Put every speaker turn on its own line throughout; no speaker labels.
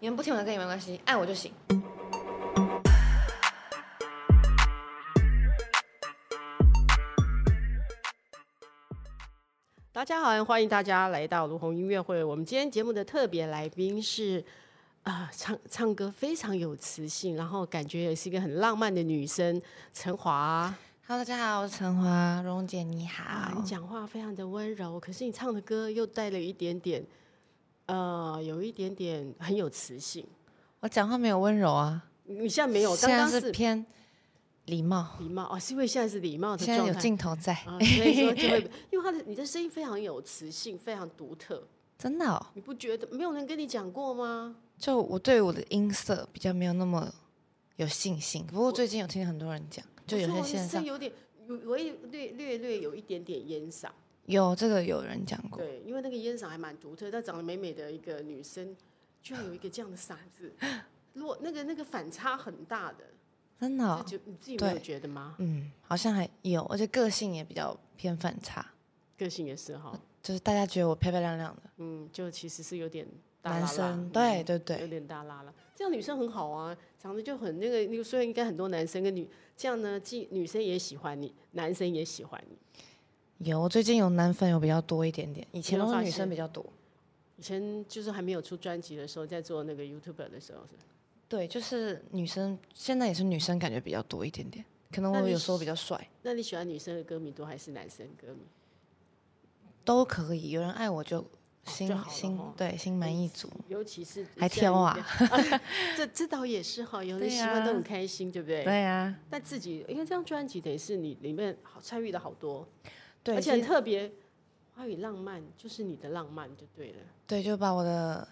你们不听我的歌也没关系，爱我就行。
大家好，欢迎大家来到卢红音乐会。我们今天节目的特别来宾是，啊、唱唱歌非常有磁性，然后感觉也是一个很浪漫的女生，陈华。
Hello，大家好，我是陈华，蓉姐你
啊，
好
你。讲话非常的温柔，可是你唱的歌又带了一点点，呃，有一点点很有磁性。
我讲话没有温柔啊，
你现在没有，刚
现在
刚
是偏礼貌，
礼貌哦，是因为现在是礼貌的
现在
状
有
态。
镜头在，
啊，所以 说就会，因为他的你的声音非常有磁性，非常独特，
真的、哦。
你不觉得没有人跟你讲过吗？
就我对我的音色比较没有那么有信心，不过最近有听很多人讲，就有
我说
些
我的
线
声
上
音有点，有我也略略略有一点点烟嗓，
有这个有人讲过，
对，因为那个烟嗓还蛮独特，但长得美美的一个女生，居然有一个这样的嗓子，如果那个那个反差很大的，
真的、
就
哦，
觉你自己没有
对
觉得吗？
嗯，好像还有，而且个性也比较偏反差，
个性也是哈，
就是大家觉得我漂漂亮亮的
嗯，就其实是有点大拉拉
男生，
嗯
对对
有
对，
点大拉拉。这样女生很好啊，长得就很那个，那个，所以应该很多男生跟女这样呢，既女生也喜欢你，男生也喜欢你。
有我最近有男粉有比较多一点点，以前
有
都是
发
女
现
生比较多，
以前就是还没有出专辑的时候，在做那个 YouTuber 的时候是，
对，就是女生现在也是女生感觉比较多一点点，可能
那
我
你
有时候比较帅
那你喜欢女生的歌迷多还是男生歌迷？
都可以，有人爱我就心
就好了
心
吼
对心满意足，
尤其是
还挑啊
现在应该，这这倒也 是哈，有
对
人喜欢都
啊
很开心，对不对？
对啊，
但自己因为这张专辑等于是你里面好参与的好多，
对，
而
其
且很
实嗯
特别。花语浪漫就是你的浪漫就对了。
对，就把我的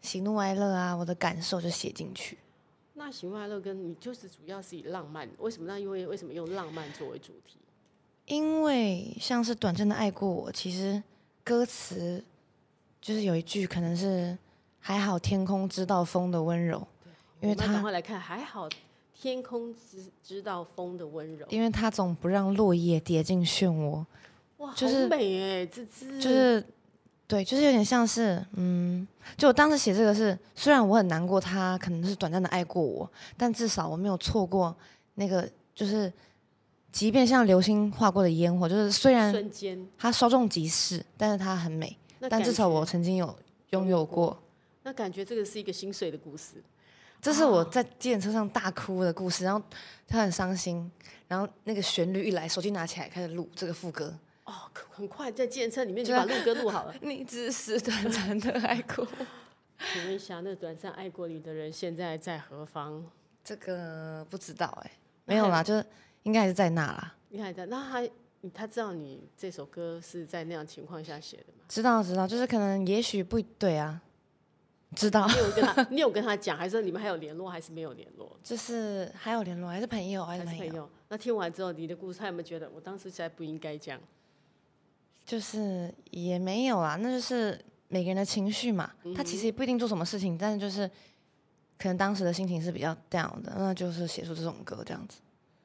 喜怒哀乐啊，我的感受就写进去。
那喜怒哀乐跟你就是主要是以浪漫，为什么那因为为什么用浪漫作为主题？
因为像是短暂的爱过我，其实歌词就是有一句可能是还好天空知道风的温柔，因为
我们赶
它
快来看，还好天空知知道风的温柔，
因为它总不让落叶跌进漩涡，
哇，
就
好
是
美哎，这这
就是对，就是有点像是嗯，就我当时写这个是虽然我很难过，他可能是短暂的爱过我，但至少我没有错过那个就是。即便像流星划过的烟火，就是虽然
瞬间，
它稍纵即逝，但是它很美。
那
但
感
至少
觉
我曾经有拥有过，
那感觉这个是一个心碎的故事，
这是我在电车上大哭的故事。然后他很伤心，然后那个旋律一来，手机拿起来开始录这个副歌。
哦，可很快在健身里面就把录歌录好了。
你只是短暂的 爱过我
请问一下，那短暂爱过你的人现在在何方？
这个不知道哎、没有啦，就是应该还是在那啦。
你还在？那他他知道你这首歌是在那样情况下写 的吗？
知道知道，就是可能也许不对啊，知道
你有跟他，你有跟他讲，还是说你们还有联络，还是没有联络？
就是还有联络，还是朋友，还
还
是
是
朋
朋
友，
友？那听完之后，你的故事，他有没有觉得我当时实在不应该这样？
就是也没有啊，那就是每个人的情绪嘛。
嗯
他其实也不一定做什么事情，但是就是可能当时的心情是比较 down 的，那就是写出这种歌这样子。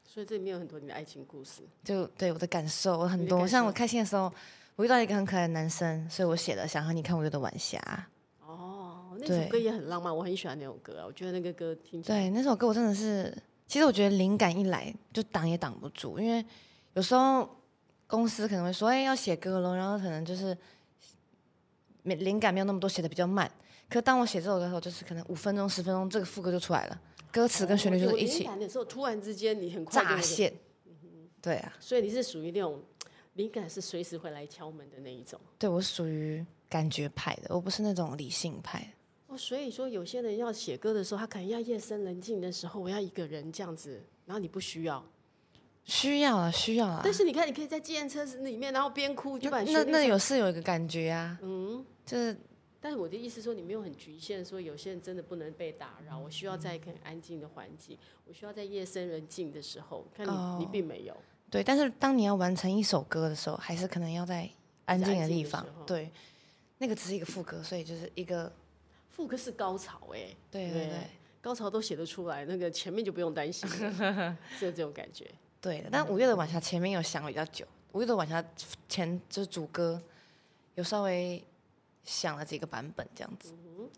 所以这里面有很多你的爱情故事。
就对我的感受我很
你的
多，
感
像
受
我开心的时候，我遇到一个很可爱的男生，所以我写了想和你看我有的晚霞。
哦，那
对
首歌也很浪漫，我很喜欢那首歌啊，我觉得那个歌听起来
对，那首歌我真的是，其实我觉得灵感一来就挡也挡不住，因为有时候公司可能会说，哎，要写歌喽，然后可能就是没灵感没有那么多，写的比较慢。可当我写这首歌的时候，就是可能五分钟、十分钟，这个副歌就出来了，歌词跟旋律就是一
哦有灵
起
感的时候，突然之间你很快就有
乍
个
现。
嗯
对啊，
所以你是属于那种灵感是随时会来敲门的那一种。
对我属于感觉派的，我不是那种理性派的。
哦，所以说有些人要写歌的时候，他可能要夜深人静的时候，我要一个人这样子，然后你不需要。
需要啊，需要啊。
但是你看，你可以在计程车里面，然后边哭就把你
那
旋律
那
唱
有是有一个感觉啊，
嗯，
就是
但是我的意思说，你没有很局限，说有些人真的不能被打扰，我需要在一个很安静的环境，我需要在夜深人静的时候。看你，你
哦
并没有。
对。但是当你要完成一首歌的时候，还是可能要在安静的地方
在安静的时候。
对，那个只是一个副歌，所以就是一个
副歌是高潮哎、
对对对
高潮都写得出来，那个前面就不用担心了， 是这种感觉。
对的。但五月的晚霞前面有想比较久，五月的晚霞
嗯
前就是主歌有稍微想了几个版本这样子。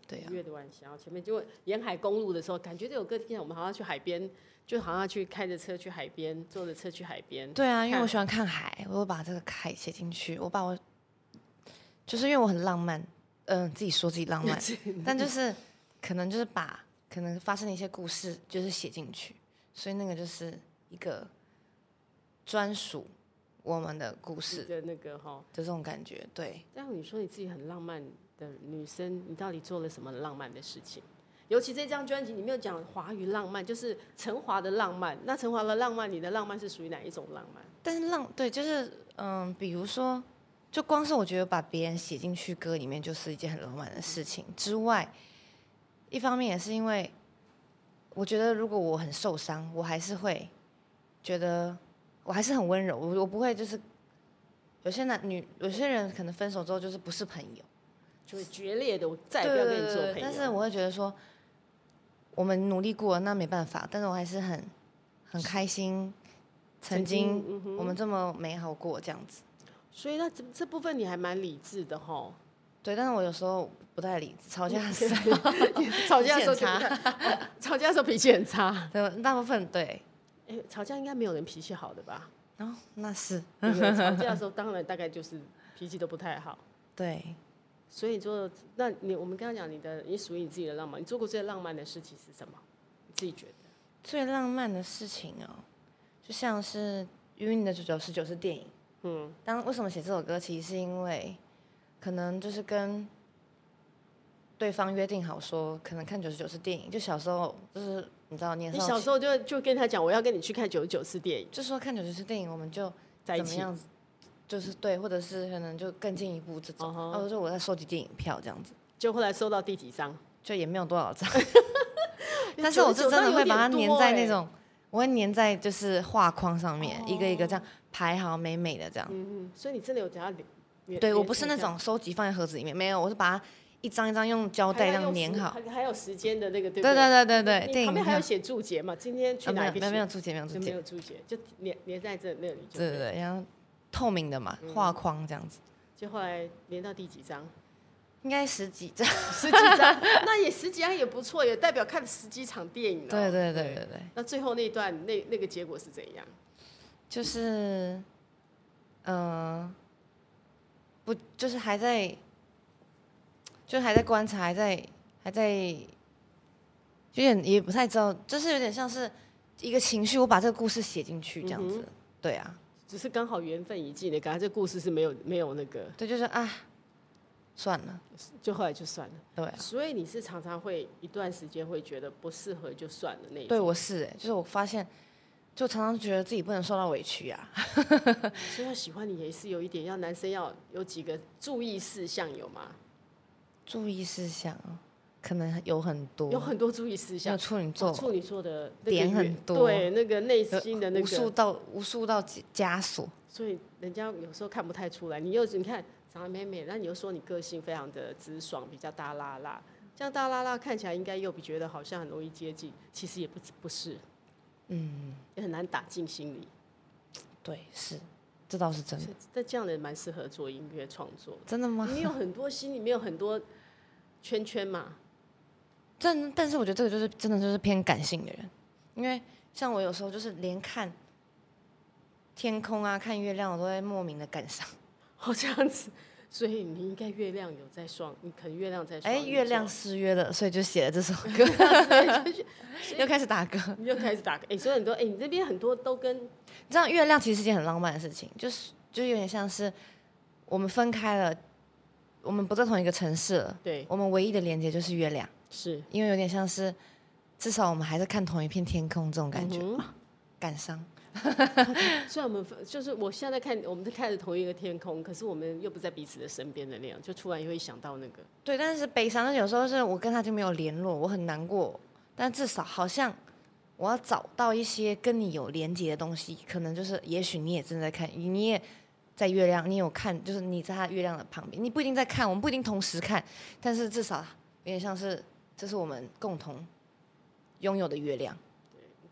对啊
五，月的晚霞，前面就沿海公路的时候，感觉这首歌听起来我们好像去海边，就好像去开着车去海边，坐着车去海边。
对啊，因为我
看
喜欢看海，我会把这个海写进去，我把我就是因为我很浪漫，嗯、自己说自己浪漫，但就是可能就是把可能发生的一些故事就是写进去，所以那个就是一个专属我们的故事
是
的
的那个哈。
这种感觉，对。
但你说你自己很浪漫的女生，你到底做了什么浪漫的事情？尤其这张专辑，你没有讲华语浪漫，就是陈华的浪漫。那陈华的浪漫，你的浪漫是属于哪一种浪漫？
但是浪对，就是嗯，比如说，就光是我觉得把别人写进去歌里面，就是一件很浪漫的事情。之外，一方面也是因为，我觉得如果我很受伤，我还是会觉得我还是很温柔，我我不会就是有些男女有些人可能分手之后就是不是朋友，
就会决裂的，我再也不要跟你做朋友。
但是我会觉得说，我们努力过了，那没办法，但是我还是很很开心，曾经
嗯哼
我们这么美好过这样子。
所以那这这部分你还蛮理智的 哈。
对，但是我有时候不太理智，
嗯
吵架的时候
吵架的时候
脾气
就
很
不太哦 吵架的时候脾气很差。
对大部分对，
哎、吵架应该没有人脾气好的 吧？
哦，那是
对不对吵架的时候当然大概就是脾气都不太好。
对，
所以说，那你我们刚刚讲你的，你属于你自己的浪漫，你做过最浪漫的事情是什么？你自己觉得？
最浪漫的事情哦，就像是《与你的九九十九》是电影，
嗯，
当为什么写这首歌，其实是因为可能就是跟对方约定好说，可能看九十九是电影，就小时候就是你知道年
你
少
小
轻，
时候就就跟他讲，我要跟你去看九十九次电影，
就说看九十九是电影，我们就
在一
怎么
起。
样子，就是对，或者是可能就更进一步这种，
嗯哼
然后就我在收集电影票这样子。
就后来收到第几张？
就也没有多少张，但是我是真的会把它粘
哎
在
欸
那种，我会粘在就是画框上面，一个一个这样排好美美的这样。
哦嗯，所以你真的有讲到连
对我不是那种收集放在盒子里面，没有，我是把它一张一张用胶带这样粘好。，
还要用时还还有时间的那个，对不
对
对
对对对对，
你
电影
旁边还有
票
写注解嘛？今天去
啊没
哪
有
里
没有没有注解没有注
就没
解，
有注解，就连连在这那里就
对
对
对
了。
对，然后透明的嘛，画框这样子，
就后来连到第几张？
应该十几张。
十几张， 那也十几张也不错，也代表看了十几哦场电影了。
对对对对对，
那最后那一段那那个结果是怎样？
就是，呃，不，就是还在，就还在观察，还在，还在，有点也不太知道，就是有点像是一个情绪，我把这个故事写进去这样
嗯
子，对啊，
只是刚好缘分一尽的，感觉这故事是没有没有那个，
对，就是啊，算了，
就后来就算了。
对啊、
所以你是常常会一段时间会觉得不适合就算了那一
对
种，
我是、欸，就是我发现，就常常觉得自己不能受到委屈啊，
所以要喜欢你也是有一点，要男生要有几个注意事项有吗？
注意事项哦可能有很多，
有很多注意事项
像。处女座
哦处女座的那个
点很
原
多
对那个内
有
心的那
无数
个，
道无数道枷枷锁，
所以人家有时候看不太出来。你又你看长得美美，那你又说你个性非常的直爽，比较大拉拉，这样大拉拉看起来应该又比觉得好像很容易接近，其实也不不是，嗯，也很难打进心里。
对，是，这倒是真的。
所以但这样的人蛮适合做音乐创作的。
真的吗？
你有很多心里面有很多圈圈嘛，
但但是我觉得这个就是真的就是偏感性的人，因为像我有时候就是连看天空啊、看月亮，我都会莫名的感伤。
哦这样子，所以你应该月亮有在双，你可能月亮在双
哎，
鱼
月
座
亮失约了，所以就写了这首歌， 又开始打歌。
你又开始打，哎、所以很多，哎、你这边很多都跟
你知道月亮其实是一件很浪漫的事情，就是就有点像是我们分开了，我们不在同一个城市了，
对
我们唯一的连接就是月亮。
是
因为有点像是，至少我们还是看同一片天空这种感觉，
嗯哼
感伤。
虽然我们分就是我现在看，我们都看着同一个天空，可是我们又不在彼此的身边的那样，就突然又会想到那个，
对，但是悲伤，但是有时候是我跟他就没有联络，我很难过。但至少好像我要找到一些跟你有连接的东西，可能就是，也许你也正在看，你也在月亮，你有看，就是你在他月亮的旁边，你不一定在看，我们不一定同时看，但是至少有点像是，这是我们共同拥有的月亮。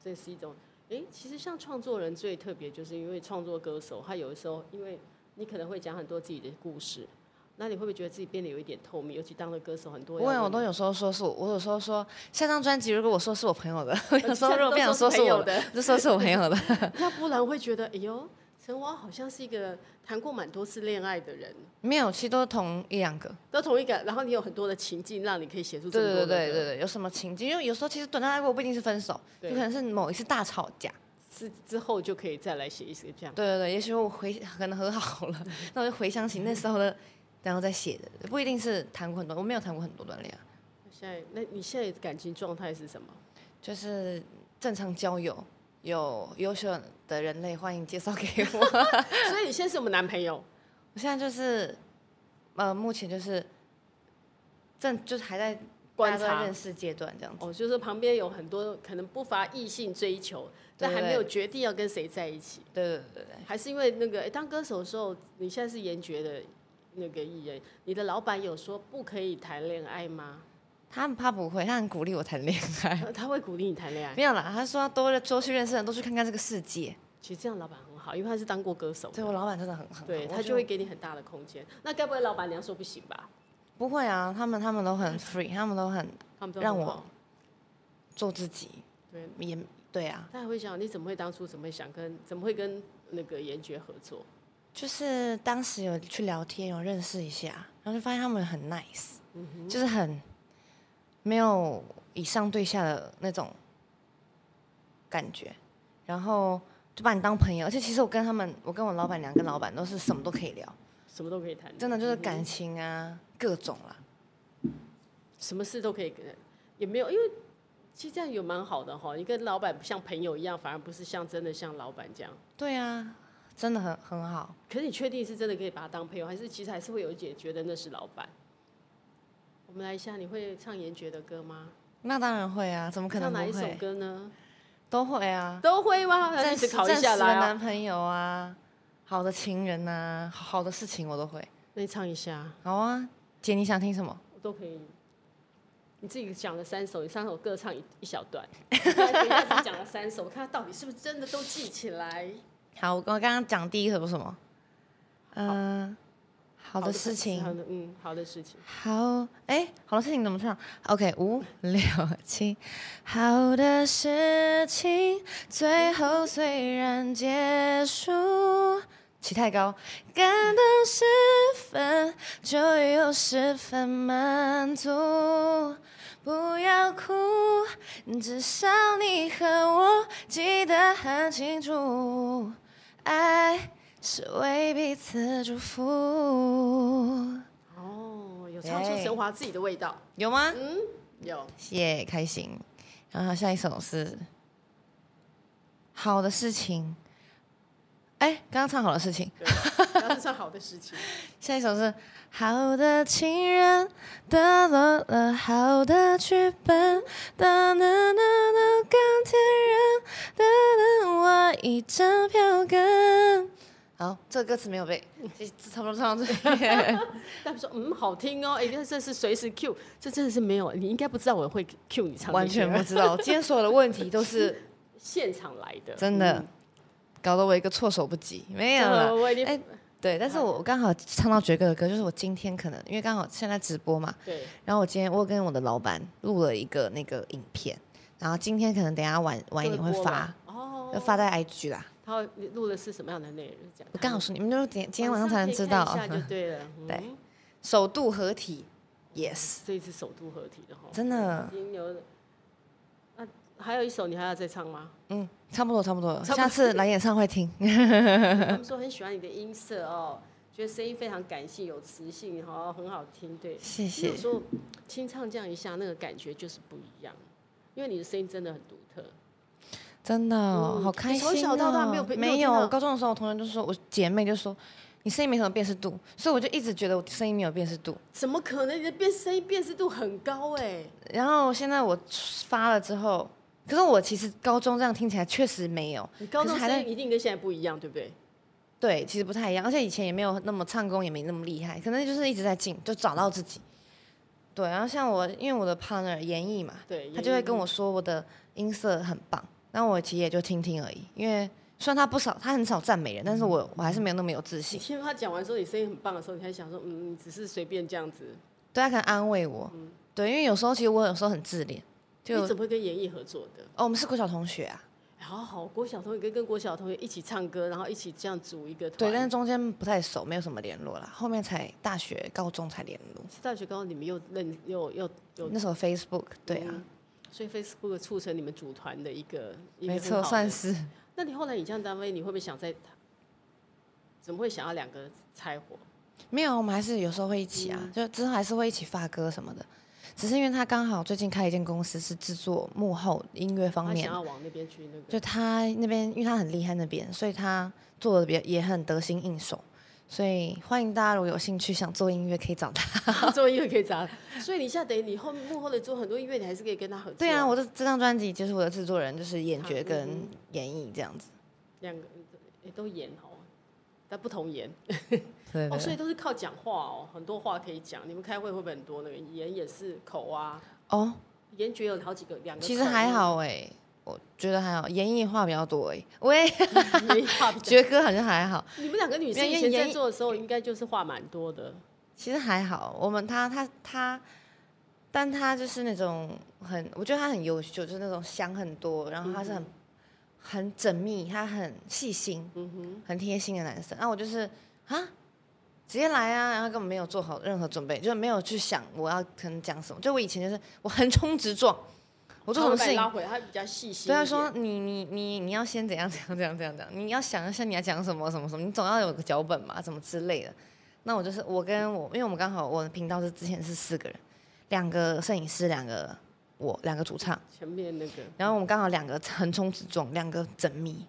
这是一种，哎、其实像创作人最特别，就是因为创作歌手，他有的时候因为你可能会讲很多自己的故事，那你会不会觉得自己变得有一点透明？尤其当了歌手，很多
不会，
要
我
问
都有时候说是我，我有时候说下张专辑，如果我说是我朋友 的，我有时候
下
如果
都
不想说
说是
是
朋
我
友的，
就说是我朋友的。
要不然会觉得，哎呦，陈华好像是一个呃谈过蛮多次恋爱的人，
没有，其实都是同一两个。
都同一个。然后你有很多的情境，让你可以写出这
对
么多
对
的
对
歌
对对，有什么情境？因为有时候其实短暂爱过不一定是分手，有
对
可能是某一次大吵架。
之之后就可以再来写一些这样。
对对对，也许我回可能和好了，那我就回想起那时候 的，然后再写的，不一定是谈过很多，我没有谈过很多段恋爱，
现在，那你现在的感情状态是什么？
就是正常交友，有优秀的人类欢迎介绍给 我。
所以你现在是我们男朋友，
我现在就是，呃，目前就是正就是还在
观
大家都在
察
认识阶段这样子。
哦，就是旁边有很多可能不乏异性追求，但
对
还没有
对
决定要跟谁在一起，
对对对对，
还是因为那个、诶哎当歌手的时候，你现在是严爵的那个艺人，你的老板有说不可以谈恋爱吗？
他很怕不会，他很鼓励我谈恋爱。
他他会鼓励你谈恋爱，
没有啦，他说要多多去认识人，多去看看这个世界。
其实这样老板很好，因为他是当过歌手
对
的，
我老板真的很很好，
对
我
他就会给你很大的空间。那该不会老板娘说不行吧？
不会啊，他们他们都很 free，他们都很
他们都
让
很
我
好
做自己，
对，
也对啊，
他还会想你怎么会当初怎么会想跟怎么会跟那个严爵合作？
就是当时有去聊天，有认识一下，然后就发现他们很 nice，、就是
嗯
很没有以上对下的那种感觉，然后就把你当朋友。而且其实我跟他们，我跟我老板娘跟老板都是什么都可以聊，
什么都可以谈，
真的就是
嗯
感情啊，各种啦。
什么事都可以跟，也没有，因为其实这样也蛮好的哈。你跟老板像朋友一样，反而不是像真的像老板这样。
对啊，真的很很好。
可是你确定是真的可以把他当朋友，还是其实还是会有一点觉得那是老板？我们来一下，你会唱严爵的歌吗？
那当然会啊，怎么可能
唱哪一
不
首
会？
歌呢？
都会啊。
都会吗？那
暂
一直
时
考一
暂时
下
的
来啊
男。朋友啊，好的情人啊，好好的事情我都会。
那你唱一下，
好啊，姐，你想听什么？
我都可以。你自己讲了三首，你三首各唱一一小 段。我刚才等一下只讲了三首，我看他到底是不是真的都记起来。
好，我刚刚讲第一首是什么？嗯、好的事
好
情，
的，嗯，好的事情。
好，哎，好的事情怎么唱？OK，五六七，好的事情最后虽然结束，起太高，感动十分就有十分满足。不要哭，至少你和我记得很清楚，爱是为彼此祝福。
哦，有唱出
对
神华自己的味道。
有吗？
嗯，有。
谢谢开心。然后下一首是《好的事情》。哎，刚刚唱好的事情，
对， 那是算好的事情。
下一首是《好的情人》，打落了好的剧本，哒哒哒哒，钢铁人，哒哒，我一张票根。好，这个歌词没有背，就差不多唱到这里。
他们说嗯，好听哦，哎，这这是随时 Q，这真的是没有，你应该不知道我会 Q 你唱这些，
完全不知道，今天所有的问题都是
现场来的，
真的，搞得我一个措手不及。没
没
有了，
我已经
哎对，但是
嗯
我我刚好唱到爵哥的歌，就是我今天可能因为刚好现在直播嘛，
对，
然后我今天我有跟我的老板录了一个那个影片，然后今天可能等一下晚晚一点会
播
发
吧，哦，
会发在 IG 啦。
他会你录的是什么样的内容？这样嗯
我刚好说你们就是点今天晚上才能知
可
道
以，看一下就对了，嗯
对， 首度合体，yes，
这一次首都合体的哈，
真的
已，经有，那还有一首你还要再唱吗？
嗯，差不多差不多，
差不多
下次来演唱会 听，
他们说很喜欢你的音色哦，觉得声音非常感性，有磁性，哦，很好听，对。
谢谢
有。时候清唱这样一下，那个感觉就是不一样，因为你的声音真的很独特。
真的哦、
嗯
好开
你
心、
从
哦！
小到大没有被没有
没
听到
我高中的时候，我同学就说，我姐妹就说你声音没什么辨识度，所以我就一直觉得我声音没有辨识度。
怎么可能？你的辨声音辨识度很高哎、
然后现在我发了之后，可是我其实高中这样听起来确实没有，
你高
可
中
是还
声
在
音一定跟现在不一样，对不对？
对，其实不太一样，而且以前也没有那么唱功，也没那么厉害，可能就是一直在进，就找到自己。对，然后像我，因为我的 partner 演绎嘛，
对，
他就会跟
我
我说我的音色很棒，那我其实也就听听而已，因为虽然他不少，他很少赞美人，但是我我还是没有那么有自信。
听他讲完说你声音很棒的时候，你还想说，嗯，你只是随便这样子，
对他可能安慰我，对，因为有时候其实我有时候很自恋，就
你怎么会跟演艺合作的？
哦，我们是国小同学啊，
好好，郭晓彤也跟跟郭晓彤也一起唱歌，然后一起这样组一个团。
对，但是中间不太熟，没有什么联络啦，后面才大学、高中才联络。
大学刚刚你们又认又又又
那时候 Facebook 对啊，
嗯所以 Facebook 促成你们组团的一个，一个
没
很
错，
好的
算。是
那你后来你这样单位，你会不会想在？怎么会想要两个拆伙？
没有，我们还是有时候会一起啊，
嗯
就之后还是会一起发歌什么的。只是因为他刚好最近开一间公司，是制作幕后音乐方
他
面
想，要往那边去 那个，
就他那边，因为他很厉害那边，所以他做的比也很得心应手。所以欢迎大家如果有兴趣想做音乐，可以找他。
做音乐可以砸。所以你现在等于你后幕后的做很多音乐，你还是可以跟他合作。
对啊，我的这张专辑就是我的制作人，就是演角
好嗯
跟演绎这样子。
两个也都演哦，但不同演
对
哦，所以都是靠讲话哦，很多话可以讲。你们开会会不会很多那个演也是口啊？
哦，
演觉有好几个，两个
其实
口
还，好哎、我觉得还好，演绎话比较多 哎、 喂，
没话比较
爵哥好像还好，
你们两个女生
没有
以
因为
前在
演
做的时候，应该就是话蛮多的。
其实还好。我们他他他，但他就是那种很，我觉得他很优秀，就是那种想很多，然后他是很、很缜密，他很细心，
嗯哼，
很贴心的男生。那我就是啊，直接来啊，然后根本没有做好任何准备，就是没有去想我要可能讲什么。就我以前就是我横冲直撞，我做什么事
他会把你
情
拉回来，他比较细心一
对
点。
他说你你你你要先怎样怎样怎样怎样怎样，你要想一下你要讲什么什么什么，你总要有个脚本嘛，什么之类的。那我就是我跟我，因为我们刚好我的频道是之前是四个人，两个摄影师，两个我，两个主唱，
前面那个，
然后我们刚好两个横冲直撞，两个缜密。，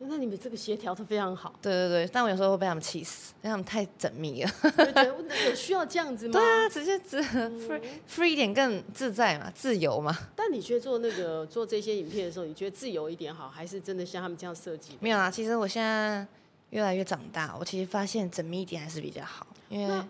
那你们这个协调的非常 好
对对对，但我有时候会被他们气死，因为他们太缜密了。
我觉得有需要这样子吗？对
啊，直接直
嗯
free free 一点更自在嘛，自由嘛。
但你觉得做那个做这些影片的时候，你觉得自由一点好，还是真的像他们这样设计？
没有啊啦，其实我现在越来越长大，我其实发现缜密一点还是比较好，因为。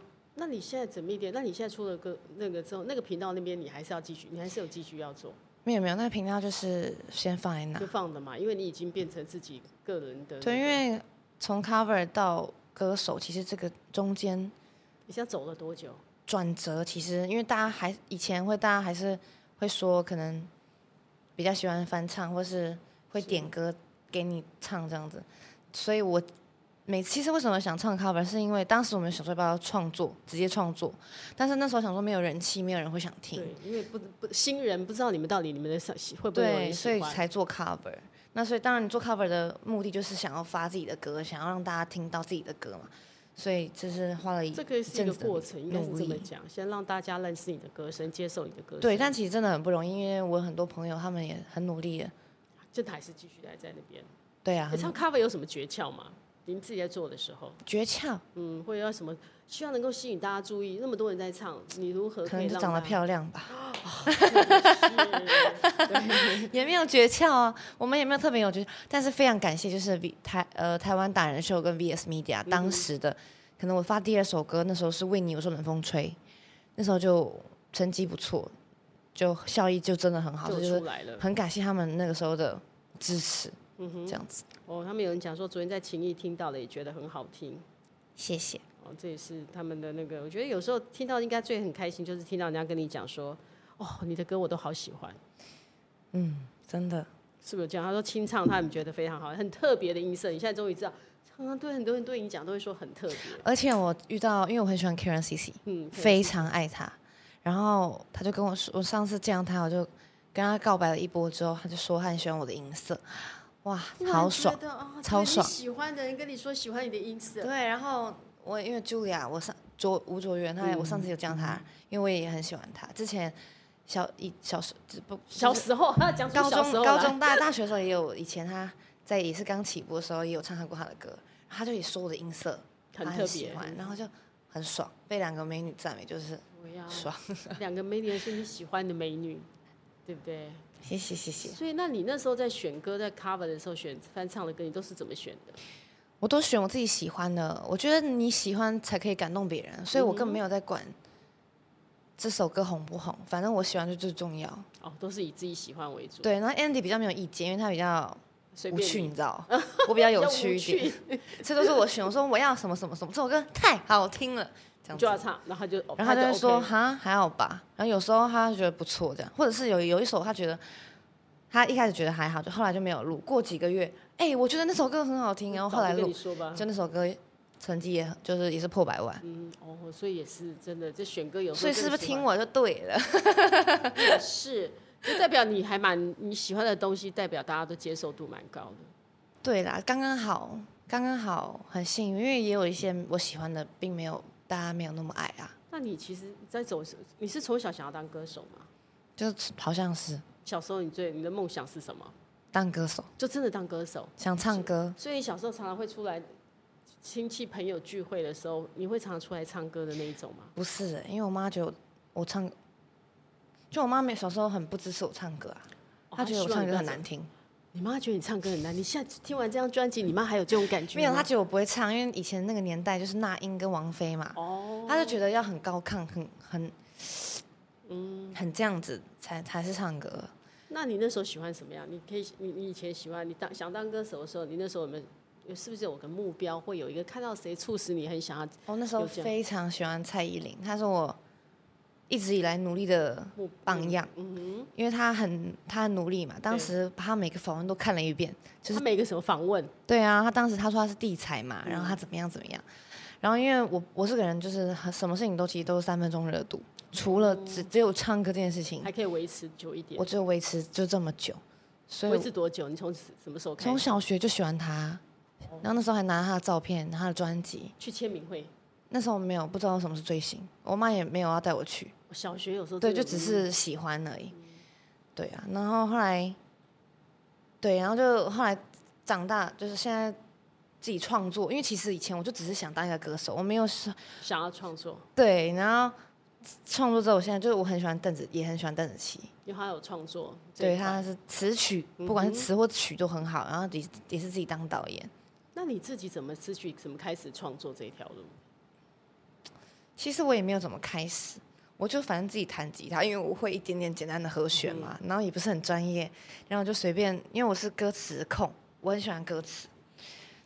那你现在缜密一点，那你现在出了个那个之后，那个频道那边你还是要继续，你还是有继续要做，
没有没有，那个频道就是先放在那
就。放的嘛，因为你已经变成自己个人的那个、
嗯对，因为从 cover 到歌手，其实这个中间
你现在走了多久？
转折，其实因为大家还以前会，大家还是会说可能比较喜欢翻唱，或是会点歌给你唱这样子。所以我每其实为什么想唱 cover，是因为当时我们想说要不要创作，直接创作，但是那时候想说没有人气，没有人会想听。
对，因为不不新人不知道你们到底你们的上喜会不会有
对，
人
所
喜
以
欢，
才做 cover。那所以当然，你做 cover 的目的就是想要发自己的歌，想要让大家听到自己的歌嘛。所以这是花了一
这个是一
阵
个
子的
过程，应该是这
努
么
力
讲，先让大家认识你的歌声，接受你的歌声，
对，但其实真的很不容易，因为我很多朋友他们也很努力的。
这还是继续待在那边。
对啊，
你
很
唱 cover 有什么诀窍吗？你们自己在做的时候，
诀窍
嗯，会要什么？希望能够吸引大家注意，那么多人在唱，你如何
可
可以
能就
让
长得
大
漂亮吧，
是
也没有诀窍啊，我们也没有特别有诀窍，但是非常感谢就是 V 台呃台湾达人秀跟 VS
嗯
Media 当时的，可能我发第二首歌那时候是为你有时候冷风吹，那时候就成绩不错，就效益就真的很好，这就是
就出来了。
很感谢他们那个时候的支持，这样子，
哦，他们有人讲说，昨天在情谊听到了，也觉得很好听。
谢谢。
哦，这也是他们的那个，我觉得有时候听到应该最很开心，就是听到人家跟你讲说，哦，你的歌我都好喜欢，
嗯，真的，
是不是这样？他说清唱他们觉得非常好，很特别的音色。你现在终于知道，常常对很多人对你讲都会说很特别。
而且我遇到，因为我很喜欢 Karen CC，
嗯，可以
非常爱她，然后他就跟我说，我上次见到他，我就跟他告白了一波之后，他就说他很喜欢我的音色，哇，好爽。
突然觉得哦
超
对你
爽
喜欢的人跟你说喜欢你的音色，
对，然后我因为 Julia，我上卓吴卓源，他也我上
嗯
次有讲他，因为我也很喜欢他，之前小一小时啊不
小时候他讲出
高
小时
中、
候
高
来
中、大大学的时候也有，以前他在也是刚起步的时候也有唱过他的歌，他就也说我的音色
很
他
特
喜
别嗯
欢，然后就很爽，被两个美女赞美就是
我要
爽。
两个美女是你喜欢的美女，对不对？
谢谢谢谢，
所以，那你那时候在选歌、在 cover 的时候选翻唱的歌，你都是怎么选的？
我都选我自己喜欢的，我觉得你喜欢才可以感动别人，所以我根
嗯
本没有在管这首歌红不红，反正我喜欢就最重要。
哦，都是以自己喜欢为主。
对，然后 Andy 比较没有意见，因为他比较
随
无
便
趣，
你
你知 道？我比较有
要
趣
无
一点，这都是我选。我说我要什么什么什么，这首歌太好听了，这样
就要
子。
唱，然后他就哦
然后他就会说
OK
哈还好吧，然后有时候他觉得不错这样，或者是有有一首他觉得他一开始觉得还好，就后来就没有录。过几个月，哎、我觉得那首歌很好听，然后后
早就
来
跟
录
你，说吧，
就那首歌成绩也很就是也是破百万，
嗯哦，所以也是真的，这选歌有时
所
候
以是
真
不
的
是听
完
我就对了？
也是，就代表你还蛮你喜欢的东西，代表大家都接受度蛮高的。
对啦，刚刚好，刚刚好，很幸运，因为也有一些我喜欢的，并没有大家没有那么爱啊，
那你其实，在走，你是从小想要当歌手吗？
就是好像是
小时候你最你的梦想是什么？
当歌手，
就真的当歌手。
想唱歌，
所以你小时候常常会出来亲戚朋友聚会的时候，你会常常出来唱歌的那一种吗？
不是、欸因为我妈觉得我我唱，就我妈没小时候很不支持我唱歌啊，
哦
她觉得我
希望
唱歌
你不要
很
走
难听，
你妈觉得你唱歌很难，你现在听完这张专辑，你妈还有这种感觉吗？
没有，她觉得我不会唱，因为以前那个年代就是那英跟王菲嘛，
哦，
她就觉得要很高亢，很很，嗯，很这样子才才是唱歌。
那你那时候喜欢什么样？你可以，你你以前喜欢你当想当歌手的时候，你那时候有没有是不是有个目标，会有一个看到谁促使你很想要
哦我那时候
有这样
非常喜欢蔡依林，她是我一直以来努力的
目
榜样，
嗯
因为她很她很努力嘛。当
对
时把她每个访问都看了一遍，
哼，他每个什么访问，
对啊，她当时她说她是地才嘛，
嗯
然后她怎么样怎么样，然后因为我我这个人就是很什么事情都其实都是三分钟热度，除了
哦
只只有唱歌这件事情，
还可以维持久一点
我。就维持就这么久，所以
维
我
持多久？你从此什么时候开
从
始
小学就喜欢她，然后那时候还拿她的照片、她的专辑，
去签名会？
那时候没有不知道什么是追星，我妈也没有要带我去。
我小学有时候
对，
真的
就只
迷
是喜欢而
嗯
已。对啊，然后后来，对，然后就后来长大，就是现在自己创作，因为其实以前我就只是想当一个歌手，我没有是
想要创作，
对，然后创作之后，我现在就是我很喜欢邓紫，也很喜欢邓紫棋，
因为他有创作这
对，
一块。
她是词曲，
嗯
不管是词或曲都很好，然后也也是自己当导演。
那你自己怎么失去？怎么开始创作这一条路？
其实我也没有怎么开始，我就反正自己弹吉他，因为我会一点点简单的和弦嘛，
嗯
然后也不是很专业，然后就随便，因为我是歌词控，我很喜欢歌词。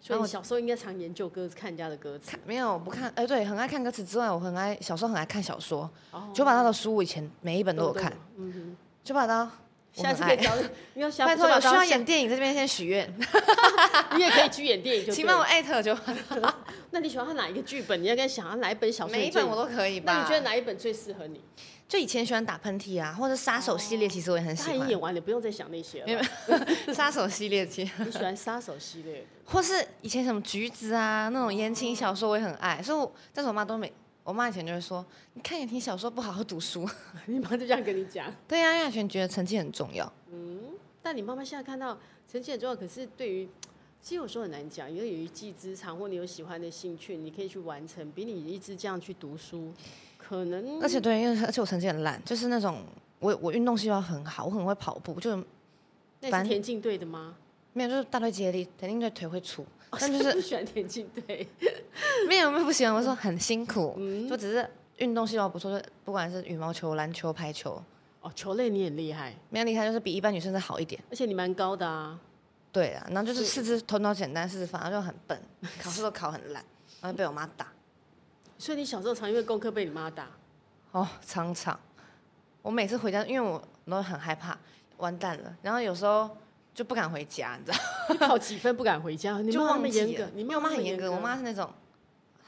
所以
然后我
你小时候应该常研究歌，看人家的歌词
看。没有我不看，哎、对，很爱看歌词之外，我很爱小时候很爱看小说，
哦
九把刀的书我以前每一本都有看，，
嗯哼，
九把刀。我
下
很
次可
爱
以。找你，你要想
拜托，有需要
演。
演电影这边先许 愿，
你也可以去演电影就对了，
请帮我艾特九把刀，
那你喜欢看哪一个剧本？你要跟想要哪一本小说？
每一本我都可以吧。
那你觉得？哪一本最适合你？
就以前喜欢打喷嚏啊，或者杀手系列，其实我也很喜
哦他已经
欢。
演完了，不用再想那些了。
杀手系列其实
你喜欢杀手系列的？
或是以前什么橘子啊那种言情小说，我也很爱。所以我，但是我妈都没，我妈以前就会说，你看言情小说不好好读书。
你妈就这样跟你讲。
对呀、啊，因为以前觉得成绩很重要。
但你妈妈现在看到成绩很重要，可是对于其实有时候很难讲，因为有一技之长或你有喜欢的兴趣，你可以去完成，比你一直这样去读书，可 能
而且对，因为而且我成绩很烂，就是那种我我运动细胞很好，我很会跑步，就
那
反
是田径队的吗？
没有就是大腿接力，肯定对腿会粗。
哦
但就
不
是
喜欢田径队，
没有没有不喜欢，我说很辛苦，
嗯
就只是运动细胞不错，就不管是羽毛球、篮球、排球，
哦，球类你很厉害，
没有厉害，就是比一般女生再好一点。
而且你蛮高的啊。
对啊，然后就是四肢头脑简单，四肢反而就很笨，考试都考很烂，然后被我妈打。
所以你小时候常因为功课被你妈打，
哦，常常，我每次回家，因为我都很害怕，完蛋了，然后有时候就不敢回家，你知道吗，
你考几分不敢回家，你
就
妈那
忘
么
记
严格
了，
你
因为
没有
我妈很严格，我妈是那种，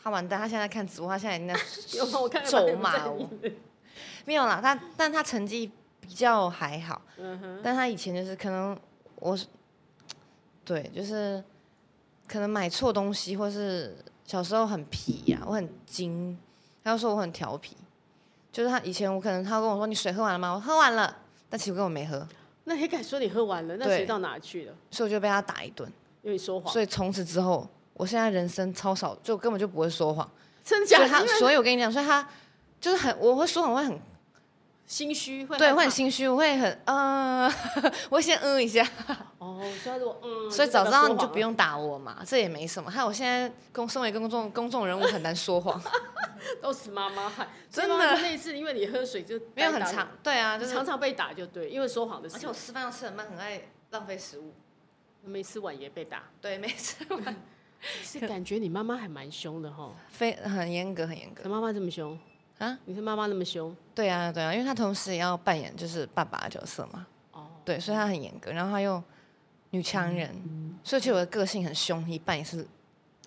她完蛋，她现在在看直播，她现在已经在
有吗？我看
咒骂我，没有啦，她但她成绩比较还好，
嗯哼，
但她以前就是可能我是，对，就是可能买错东西，或是小时候很皮呀、我很精，她就说我很调皮，就是她以前我可能她跟我说你水喝完了吗？我喝完了，但其实我根本没喝，
那黑凯说你喝完了，那谁
对
到哪去了？
所以我就被她打一顿，
因为你说谎，
所以从此之后，我现在人生超少，就根本就不会说谎，
真的假
所
的？
以她，
因为
所以我跟你讲，所以她。就是很，我会说谎，我会很
心虚会
对，
害
我
怕
很心虚，我会很嗯， 我会先嗯一下，
哦，所以他说嗯，
所以早知
代表
道
说
你就
谎
不用打我嘛，这也没什么。还有我现在公身为公众公众人物很难说谎，
了都是妈妈害，
真的
所以妈妈就类似因为你喝水就
没有很
单打
长，对啊，就
你，
是
常常被打就对，因为说谎的
而
事
且。我吃饭又吃很慢，很爱浪费食物，
没吃完也 被打，
对，没吃完，
是感觉你妈妈还蛮凶的 哈。
非很严格，很严格
他妈妈这么凶，
啊。
你是妈妈那么凶，
对啊，对啊，因为他同时也要扮演就是爸爸的角色嘛。
哦
对，所以他很严格，然后他又女强人，
嗯
所以其实我的个性很凶，一半也是。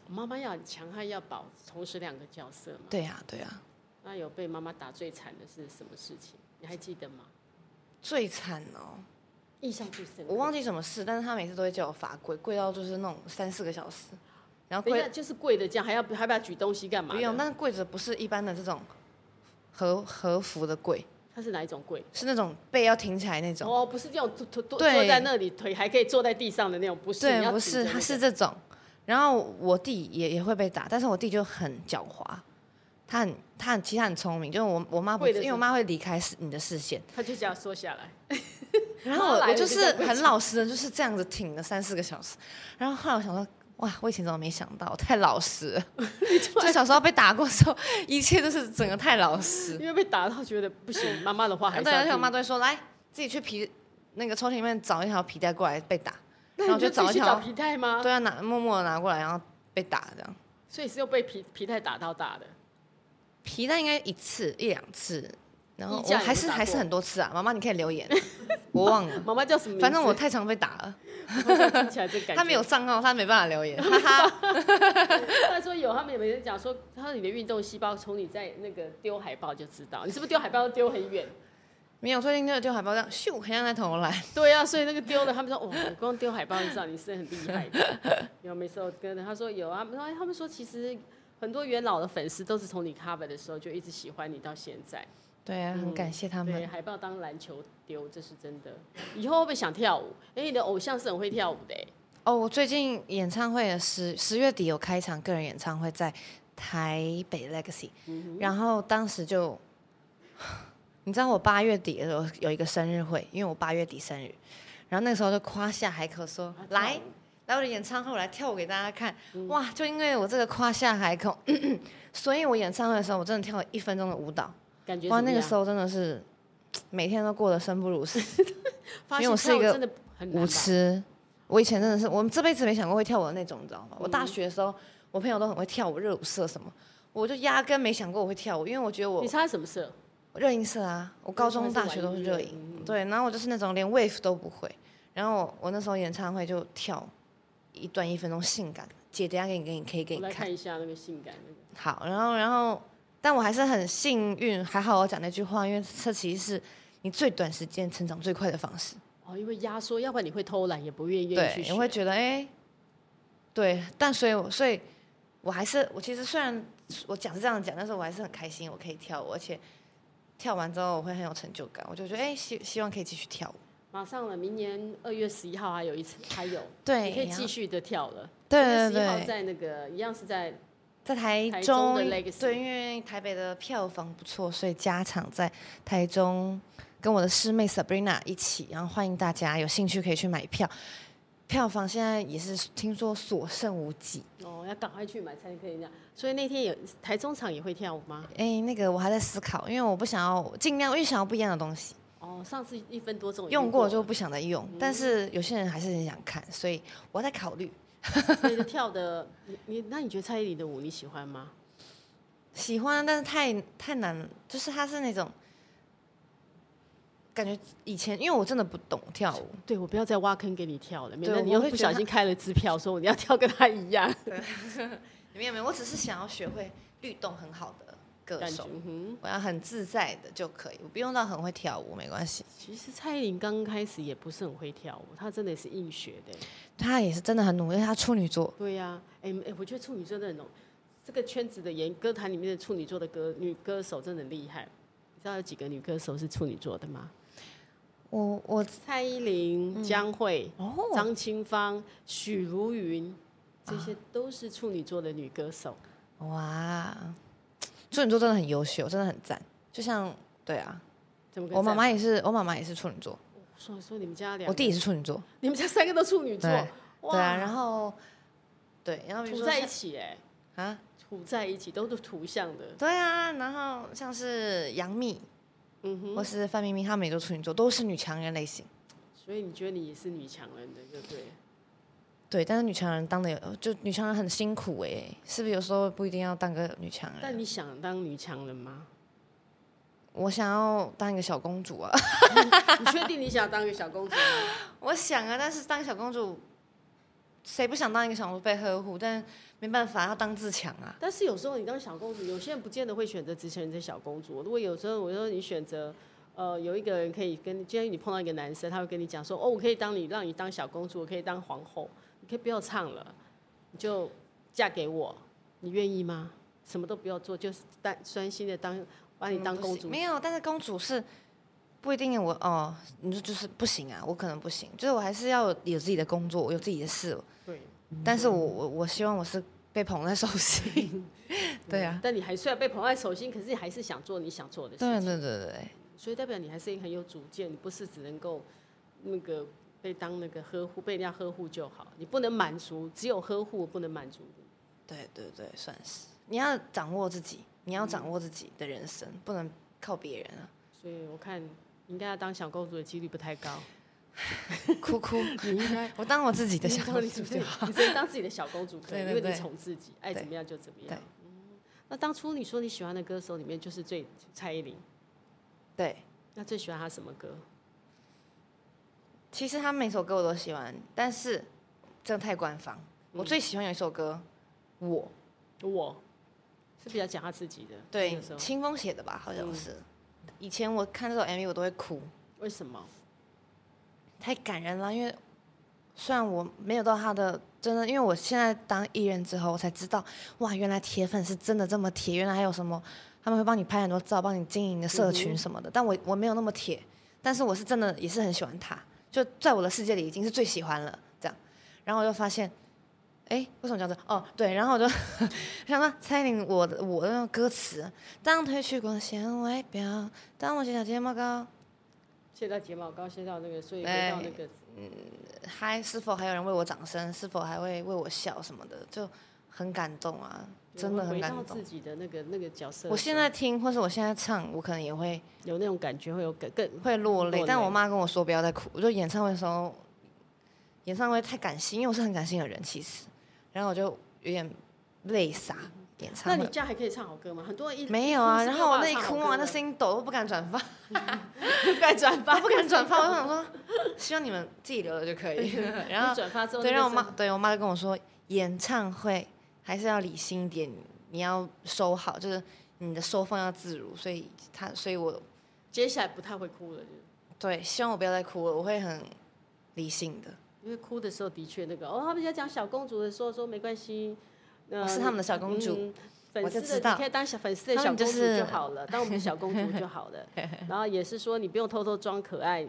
妈妈要很强悍，要保同时两个角色嘛。
对啊，对啊，
那有被妈妈打最惨的是什么事情？你还记得吗？
最惨哦，
印象最深刻。
我忘记什么事，但是他每次都会叫我罚跪，跪到就是那种三四个小时，然后
等一
跪
下，就是跪着这样，还要还要举东西干嘛？
不用，，但是跪着不是一般的这种和和服的跪，
它是哪一种跪？
是那种背要挺起来那种。
哦，不是这种坐坐坐
对
坐在那里，腿还可以坐在地上的那种，不是？你
对，
要
不
挺着
是，
那
他
个
是这种。然后我弟也也会被打，但是我弟就很狡猾，他很他很其实他很聪明，就是我我妈不
会的
因为我妈会离开视你的视线，
他就这样缩下来。
然后
妈
我
来
我
了
就
就是赶快
很老实的，就是这样子挺了三四个小时。然后后来我想说，哇，我以前怎么没想到，我太老实 了。就小时候被打过的时候，一切都是整个太老实。
因为被打到觉得不行，妈妈的啊话还
对，
是
而且
要
我妈
听。
都会说，来自己去皮那个抽屉里面找一条皮带过来被打。
那
然后
你就
就找
自
一
己去找
条，
皮带吗？
对啊，拿默默的拿过来，然后被打这样。
所以是又被皮皮带打到大的。
皮带应该一次一两次，然后
衣
我
架也
还
不
是
打
还是
过
很多次啊。妈妈，你可以留 言，我忘了，
妈妈叫什么名字？
反正我太常被打了。
听起来 这感觉。
他没有，账号，他没办法留 言，哈哈。
他说有，他们有人讲说，他说你的运动细胞从你在那个丢海报就知道，你是不是丢海报都丢很远？
没有，最近那个丢海报这样咻，很像在投篮。
对呀、所以那个丢了，他们说哇，你光丢海报就知道你是很厉害的。 有没事，我跟着他说有啊，然后他们说其实很多元老的粉丝都是从你 cover 的时候就一直喜欢你到现在。
对啊，很感谢他
嗯对，
们。
海报当篮球丢，这是真的。以后会不会想跳舞？哎、你的偶像是很会跳舞的、哎
哦，我最近演唱会的十十月底有开一场个人演唱会，在台北 Legacy，、然
嗯
后当时就， 你知道我八月底的时候有一个生日会，因为我八月底生日，然后那个时候就夸下海口说
啊
来
跳舞。
来
嗯
我的演唱会，我来跳舞给大家看。哇，就因为我这个夸下海口， 所以我演唱会的时候，我真的跳了一分钟的舞蹈。
感觉
哇，
怎么
那个
样
时候真的是每天都过得生不如死。因
发现
为我是一
跳舞
个
真的很难
舞
吧
痴。我以前真的是，我们这辈子没想过会跳舞的那种，你知道
嗯
吗？我大学的时候，我朋友都很会跳舞，热舞社什么，我就压根没想过我会跳舞，因为我觉得我
你猜什么色？
热音社啊，我高中、大学都是热
还是玩音
音，对，然后我就是那种连 wave 都不会，然后我我那时候演唱会就跳一段一分钟性感，姐等一下给你给你可以给
我
你
来
看，
看一下那个性感那个。
好，然后然后，但我还是很幸运，还好我讲那句话，因为这其实是你最短时间成长最快的方式。
哦，因为压缩，要不然你会偷懒，也不愿意愿意
对
去，学。
你会觉得哎、诶对，但所以我所以我还是我其实虽然我讲是这样讲，但是我还是很开心，我可以跳舞，而且跳完之后我会很有成就感，我就觉得哎、诶希希望可以继续跳舞。
马上了，明年二月十一号还有一次，还有
对，
你可以
然
继
后
续的跳了。
对对
十一号
对，
在那个一样是在
在台
台
中
中的 Legacy
对，因为台北的票房不错，所以加场在台中跟我的师妹 Sabrina 一起，然后欢迎大家有兴趣可以去买票。票房现在也是听说所剩无几，
哦，要赶快去买才可以那样。所以那天有台中场也会跳舞吗？
哎、那个我还在思考，因为我不想要尽量，因为想要不一样的东西，
哦，上次一分多钟已经
用过
过
就不想再用。但是有些人还是很想看，所以我在考虑。
了所以跳的你你那你觉得蔡依林的舞你喜欢吗？
喜欢，但是太太难了，就是它是那种感觉。以前因为我真的不懂跳舞，
对，我不要再挖坑给你跳了，免得
对
你
我
又
会
不
觉得
小心开了支票，说你要跳跟他一样，
没有没有，我只是想要学会律动很好的歌
感觉
手，
嗯。
我要很自在的就可以，我不用到很会跳舞，没关系。
其实蔡依林刚开始也不是很会跳舞，她真的是硬学的。欸
她也是真的很努力，她处女座，
对呀、哎、哎、我觉得处女座真的很浓，这个圈子的演歌坛里面的处女座的歌女歌手真的很厉害。你知道有几个女歌手是处女座的吗？
我我
蔡依林、江蕙、
哦
张清芳、许茹芸，这些都是处女座的女歌手。
哇，处女座真的很优秀，真的很赞。就像对啊，
怎么个
我妈
赞
妈也是，我妈妈也是处女座，
说说你们家两
我
个，
弟也是处女座，
你们家三个都处女座，
对
哇，
对啊，然后对，然后比如
处
说
在一
像
起哎、
啊，
处在一起都是图像的。
对啊，然后像是杨幂
嗯哼，
或是范冰冰，她们也都处女座，都是女强人类型。
所以你觉得你也是女强人的，对不对？
对，但是女强人当的有，就女强人很辛苦哎、是不是有时候不一定要当个女强
但
人？
你想当女强人吗？
我想要当一个小公主啊，
你确定你想当个小公主吗？
我想啊，但是当小公主，谁不想当一个小公主被呵护？但没办法，要当自强啊。
但是有时候你当小公主，有些人不见得会选择职前的小公主。如果有时候我说你选择，呃，有一个人可以跟你，今天你碰到一个男生，他会跟你讲说，哦，我可以当你，让你当小公主，我可以当皇后，你可以不要唱了，你就嫁给我，你愿意吗？什么都不要做，就是单专心的当把你
嗯
当
不
公
行
主。
没有，但是公主是不一定我哦，你说就是不行啊，我可能不行，就是我还是要有有自己的工作，我有自己的事，
对，
但是我我我希望我是被捧在手心， 对啊，
但你还虽然被捧在手心，可是你还是想做你想做的事情。
对对对对
所以代表你还是很有主见，你不是只能够那个被当那个呵护，被人家呵护就好，你不能满足，只有呵护不能满足你。
对对对，算是你要掌握自己，你要掌握自己的人生，不能靠别人啊，
所以我看你应该要当小公主的几率不 太高，
哭 哭，
你应该
我当我自己的小公
你
主
自
就
己
好。，
你只能当自己的小公主可
对对
以，因为你
对
宠自己，爱
对
怎么样就怎么
对
样。嗯那当初你说你喜欢的歌手里面就是最蔡依林，
对，
那最喜欢她什么歌？
其实他每首歌我都喜欢，但是真的太官方。
嗯
我最喜欢有一首歌，我
我是比较讲她自己的，
对
那时候嗯
清风写的吧，好像是。以前我看这首 MV 我都会哭，
为什么？
太感人了。因为虽然我没有到他的真的，因为我现在当艺人之后，我才知道哇，原来铁粉是真的这么铁，原来还有什么他们会帮你拍很多照，帮你经营你的社群什么的。但我我没有那么铁，但是我是真的也是很喜欢他，就在我的世界里已经是最喜欢了这样。然后我就发现，哎，为什么叫做哦对？然后我就 想到蔡依林我的我的那个歌词，当褪去光鲜外表，当我卸下睫毛膏。
现在睫毛膏，现在那个，所以回到那个
还是否还有人为我掌声，是否还会为我笑什么的，就很感动啊，真的很
回
感
到
动
自。己的那个那个角色的时候。
我现在听，或是我现在唱，我可能也会
有那种感觉，会有更更
会落泪
落，
但我妈跟我说不要再哭。我就演唱会的时候，演唱会太感性，因为我是很感性的人，其实，然后我就有点泪洒演
那
唱
你
会。
这样还可以唱好歌吗？很多人一
没有啊，然后我那一哭啊，
完
那声
音
音抖，我不敢转发，
不敢转发，
我不敢转 发。我想说，希望你们自己留着就可以。然后
你转发之后
对，
那个
然后我
声
妈，对我妈就跟我说，演唱会还是要理性一点，你要收好，就是你的收放要自如。所以她，所以我
接下来不太会哭了，就是
对，希望我不要再哭了，我会很理性的。
因为哭的时候的确那个哦，他们在讲小公主的时候说没关系，呃
哦我是他们的小公主
嗯粉
我
丝
就知
的
道
你可以当小粉丝的小
他们
公
就
主
是
就好了，当我们的小公主就好 了。然后也是说你不用偷偷装可爱，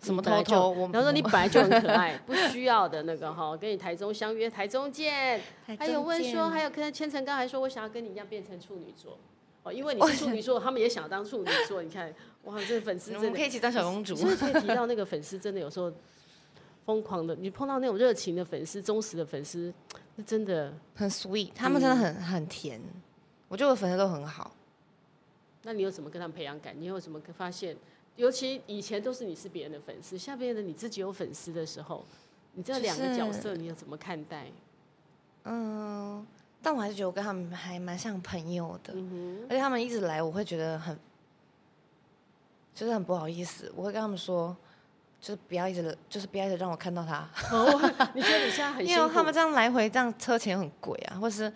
什么
你本
偷
来就
偷，我
然后说你
我
本来就很可 爱，不需要的那个哈，跟你台中相约，台中见。还有问说，，还有跟千层刚还说，我想要跟你一样变成处女座哦，因为你是处女座，他们也想当处女座。你看，哇，这粉丝
我们
真
可
的，
以一起当小公主。
所以可以提到那个粉丝真的有时候疯狂的，你碰到那种热情的粉丝、忠实的粉丝，那真的，
很 sweet，他们真的很、很甜，我觉得我粉丝都很好。
那你有什么跟他们培养感？你有什么发现？尤其以前都是你是别人的粉丝，下边的你自己有粉丝的时候，你这两个角色你要怎么看待？
嗯，但我还是觉得我跟他们还蛮像朋友的，
嗯
而且他们一直来，我会觉得很，就是很不好意思，我会跟他们说，就是不要一直，就是不要一直让我看到他，
哼，哦，你觉得你现在很辛
因为
苦，
他们这样来回，这样车钱很贵啊，或是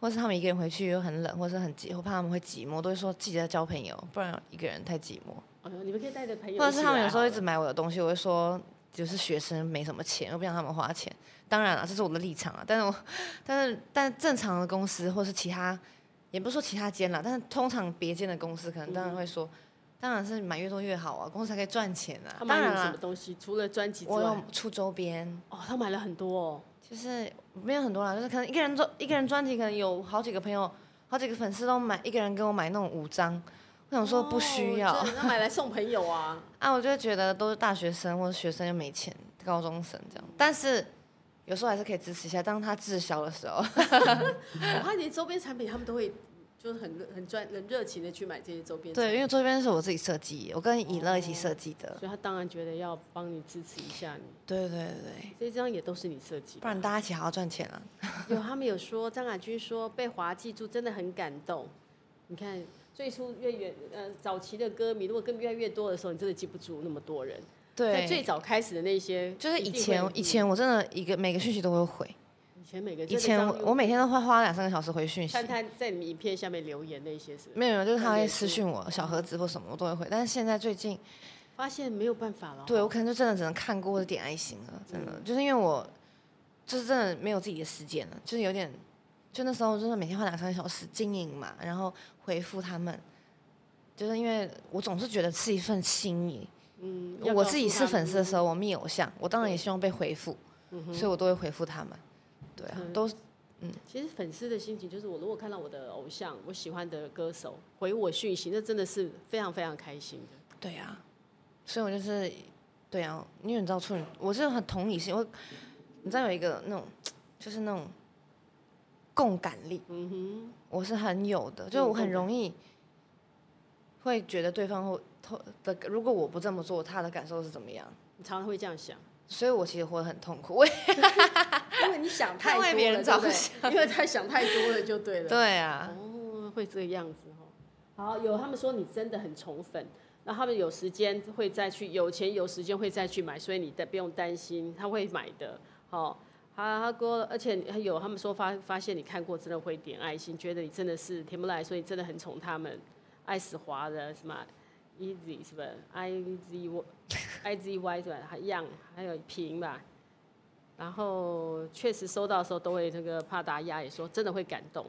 或是他们一个人回去又很冷，或是很寂，我怕他们会寂寞，我都会说记得交朋友，不然一个人太寂寞。
哎呦，你们可以带着朋友，
或者是他们有时候一直。买我的东西，我会说就是学生没什么钱，我不想他们花钱。当然了，这是我的立场啊，但是我但是但正常的公司或是其他，也不是说其他间啦，但是通常别间的公司可能当然会说，当然是买越多越好啊，公司才可以赚钱啊
他。
当
买
然
了什
啦
么，东西？除了专辑之
我有
外，
出周边，
哦，他买了很多哦。
就是没有很多啦，就是可能一个人做一个人专辑，可能有好几个朋友、好几个粉丝都买，一个人给我买那种五张，我想说不需要。
哦这他买来送朋友 啊。
啊，我就会觉得都是大学生或者学生又没钱，高中生这样。但是有时候还是可以支持一下，当他滞销的时候，
我怕连周边产品他们都会就是很热很专很热情的去买这些周边产
对，
品。
因为周边是我自己设计，我跟以乐一起设计的。
所以他当然觉得要帮你支持一下你，
对对对对，
所以这张也都是你设计
不。然大家一起好好赚钱啊！
有他们有说张雅君说被华记住真的很感动。你看最初越远呃早期的歌迷，如果歌迷越来越多的时候，你真的记不住那么多人。在
对，
最早开始的那些，
就是
一
以
定会嗯
前以前我真的一个每个讯息都会回，
以前每个
以前我我每天都会花两三个小时回讯息
看，他在你影片下面留言那些是，
没有没有，就是他
看
会
脸书
私讯我小盒子或什么我都会回，但是现在最近
发现没有办法了。
对我可能就真的只能看过或者点爱心了，真
嗯
的、就是因为我就是真的没有自己的时间了，就是有点就那时候真的每天花两三个小时经营嘛，然后回复他们，就是因为我总是觉得是一份心意，
嗯，要
我
告
自己
诉
是
他
粉丝的
们
时候，我密偶像，我当然也希望被回复，
嗯
所以我都会回复他们。对啊，
嗯
都
其实粉丝的心情就是，我如果看到我的偶像，我喜欢的歌手回我讯息，那真的是非常非常开心的。
对啊，所以我就是对啊，因为你知道处女，我是很同理心，我你知道有一个那种就是那种共感力，
嗯哼，
我是很有的，就是我很容易会觉得对方会的，如果我不这么做，他的感受是怎么样？
你常常会这样想，
所以我其实活得很痛苦。我也
因为你想太
太多了
多了，
为别人着想
因为太想 太多了，就对了。
对啊，
哦，会这个样子哦。好，有他们说你真的很宠粉，那他们有时间会再去，有钱有时间会再去买，所以你的不用担心，他会买的。好、他他说，而且有他们说发发现你看过真的会点爱心，觉得你真的是甜不来，所以真的很宠他们，爱死华的什么 easy 是不是 i z y i z y 是吧？还 young 还有平吧。然后确实收到的时候都会那个帕达亚也说真的会感动。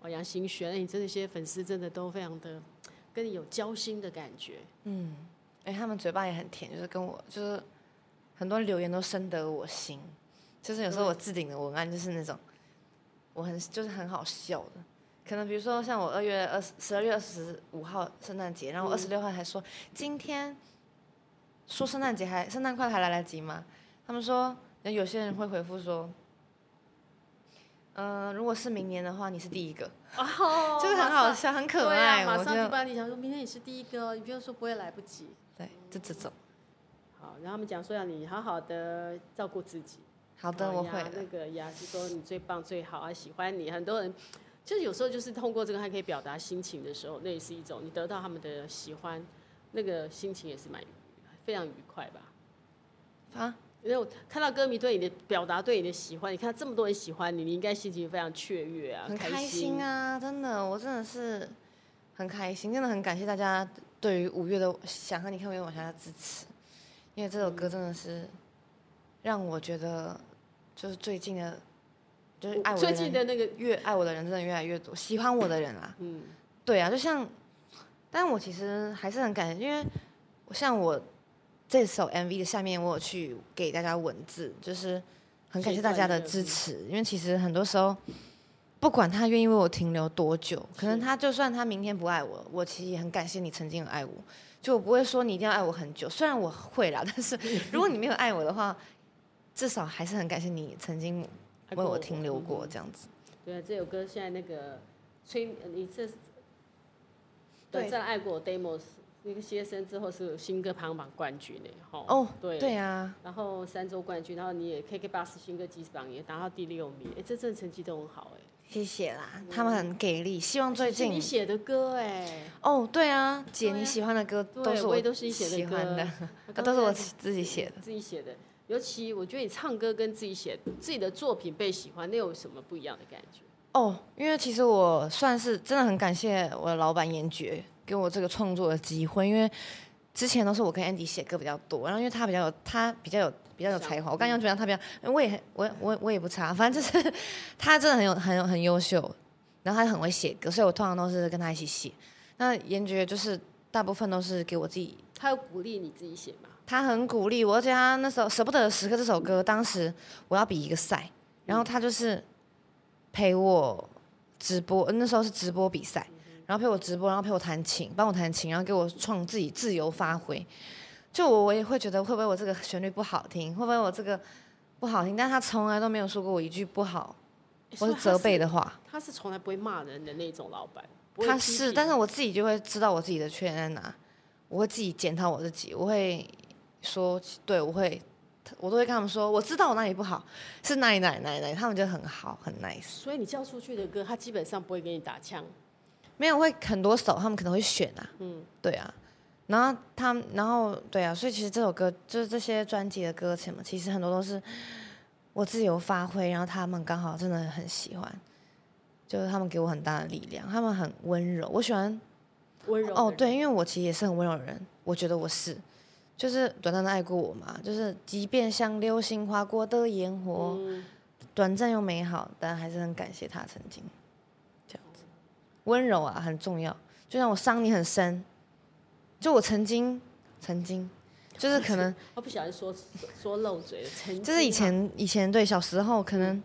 哦，杨新轩，哎你真的些粉丝真的都非常的跟你有交心的感觉。
哎、他们嘴巴也很甜，就是跟我就是很多留言都深得我心，就是
嗯
有时候我置顶的文案就是那种我很就是很好笑的，可能比如说像我二月二十二月二十五号圣诞节，然后我
嗯
二十六号还说、今天说圣诞节还圣诞快乐还来得及吗？他们说有些人会回复说。嗯、如果是明年的话，你是第一个，
哦
就是很好笑，很可爱，
啊马
我
上就
就
帮你想说，明天你是第一个哦，你不要说不会来不及。
对，就这种。
好，然后他们讲说要你好好的照顾自己。
好的，
哦
我
呀
会的。
那个呀，就说你最棒最好啊，喜欢你。很多人就是有时候就是通过这个还可以表达心情的时候，那也是一种你得到他们的喜欢，那个心情也是蛮愉非常愉快吧。
啊，
因为我看到歌迷对你的表达，对你的喜欢，你看到这么多人喜欢你，你应该心情非常雀跃啊，
很开
心
心！啊！真的，我真的是很开心，真的很感谢大家对于五月的想和你看五月往下的支持，因为这首歌真的是让我觉得就是最近的，就是爱我的
最近
人
的那个，
越爱我的人真的越来越多，喜欢我的人啦，
嗯，
对啊，就像，但我其实还是很感谢，因为我像我这首 MV 的下面，我有去给大家文字，就是很感谢大家的支持，
嗯
因为其实很多时候，不管他愿意为我停留多久，可能
是
他就算他明天不爱我，我其实也很感谢你曾经有爱我，就我不会说你一定要爱我很久，虽然我会啦，但是如果你没有爱我的话，至少还是很感谢你曾经为
爱过
我停留过
嗯
这样子。
对啊，这首歌现在那个催呃你这
对
短暂爱过我 demos 那个歇生之后是新歌排行榜冠军呢，哈
哦，
对
对啊，
然后三周冠军，然后你也 KK 八四新歌金榜也达到第六名，哎，这阵成绩都很好哎。
谢谢啦，他们很给力，希望最
是
近
你写的歌哎，
哦，对啊，姐，
对啊
你喜欢的歌
对
都是
我也
我
都是你写的
喜欢的
歌，
啊 都是我
刚刚在
自己写的。
自己写的。尤其我觉得你唱歌跟自己写自己的作品被喜欢，那有什么不一样的感觉？
哦，因为其实我算是真的很感谢我的老板严爵给我这个创作的机会，因为之前都是我跟 Andy 写歌比较多，然后因为他比较有他比较有比较有才华，我刚刚觉得他比较，我也很我我我也不差，反正就是 他真的很有很有很优秀，然后他很会写歌，所以我通常都是跟他一起写。那严爵就是大部分都是给我自己
他有鼓励你自己写吗？
他很鼓励我，而且他那时候《舍不得的时刻》这首歌，当时我要比一个赛，然后他就是陪我直播，呃那时候是直播比赛，然后陪我直播，然后陪我弹琴，帮我弹琴，然后给我创自己自由发挥。就我我也会觉得会不会我这个旋律不好听，会不会我这个不好听，但他从来都没有说过我一句不好
诶
或是责备。的话。
所以他是他是从来不会骂人的那种老板，不会
他
批
是，
评
但是我自己就会知道我自己的缺点在哪，我会自己检讨我自己，我会说，对我会，我都会跟他们说，我知道我哪里不好，是哪里哪里哪里哪里，他们就很好，很 nice。
所以你叫出去的歌，他基本上不会给你打枪。
没有会很多首，他们可能会选啊，嗯，对啊，然后他们，然后对啊，所以其实这首歌就是这些专辑的歌词嘛，其实很多都是我自由发挥，然后他们刚好真的很喜欢，就是他们给我很大的力量，他们很温柔，我喜欢
温柔
哦，
的人，
对，因为我其实也是很温柔的人，我觉得我是，就是短暂的爱过我嘛，就是即便像流星划过的烟火，
嗯
短暂又美好，但还是很感谢他曾经这样子。温柔啊，很重要。就像我伤你很深，就我曾经，曾经，就是可能，
他不小心说说漏嘴了，曾经
就是以
啊嗯
前以前对小时候，可能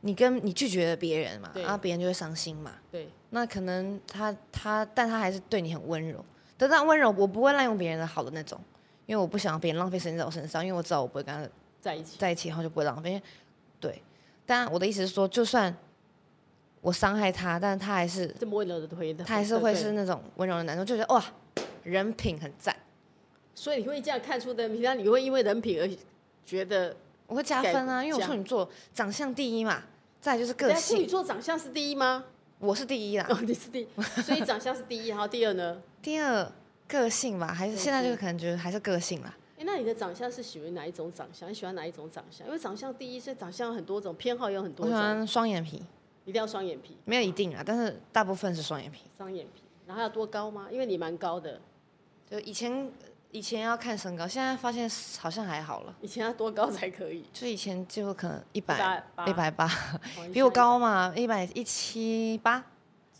你跟你拒绝了别人嘛，
对
啊，别人就会伤心嘛。
对
那可能他他，但他还是对你很温柔。但那温柔，我不会滥用别人的好的那种，因为我不想要别人浪费时间在我身上，因为我知道我不会跟他
在一起，
在一起，然后就不会浪费。因为对，但我的意思是说，就算我伤害他，但他还是
这么温柔的推的，
他还是会
对
是。那种温柔的男生，就觉得哇，人品很赞，
所以你会这样看出的，平常你会因为人品而觉得，
我会加
改
分啊，因为我
加
处女座长相第一嘛，再来就是
等
个
下处女
性，
座长相是第一吗？
我是第一啦。
哦，你是第一，所以长相是第一，然后第二呢？
第二个性吧，还是
个
现在就
性
可能觉得还是个性啦。
哎、那你的长相是喜欢哪一种长相？你喜欢哪一种长相？因为长相第一，所以长相有很多种，偏好也有很
我
多
喜
种，
欢双眼皮，
一定要双眼皮，
没有一定啊，但是大部分是双眼皮。
双眼皮，然后要多高吗？因为你蛮高的，
就以前以前要看身高，现在发现好像还好了。
以前要多高才可以？
就以前就可能一百
180
一百八，
哦
比我，高嘛，一百一七八，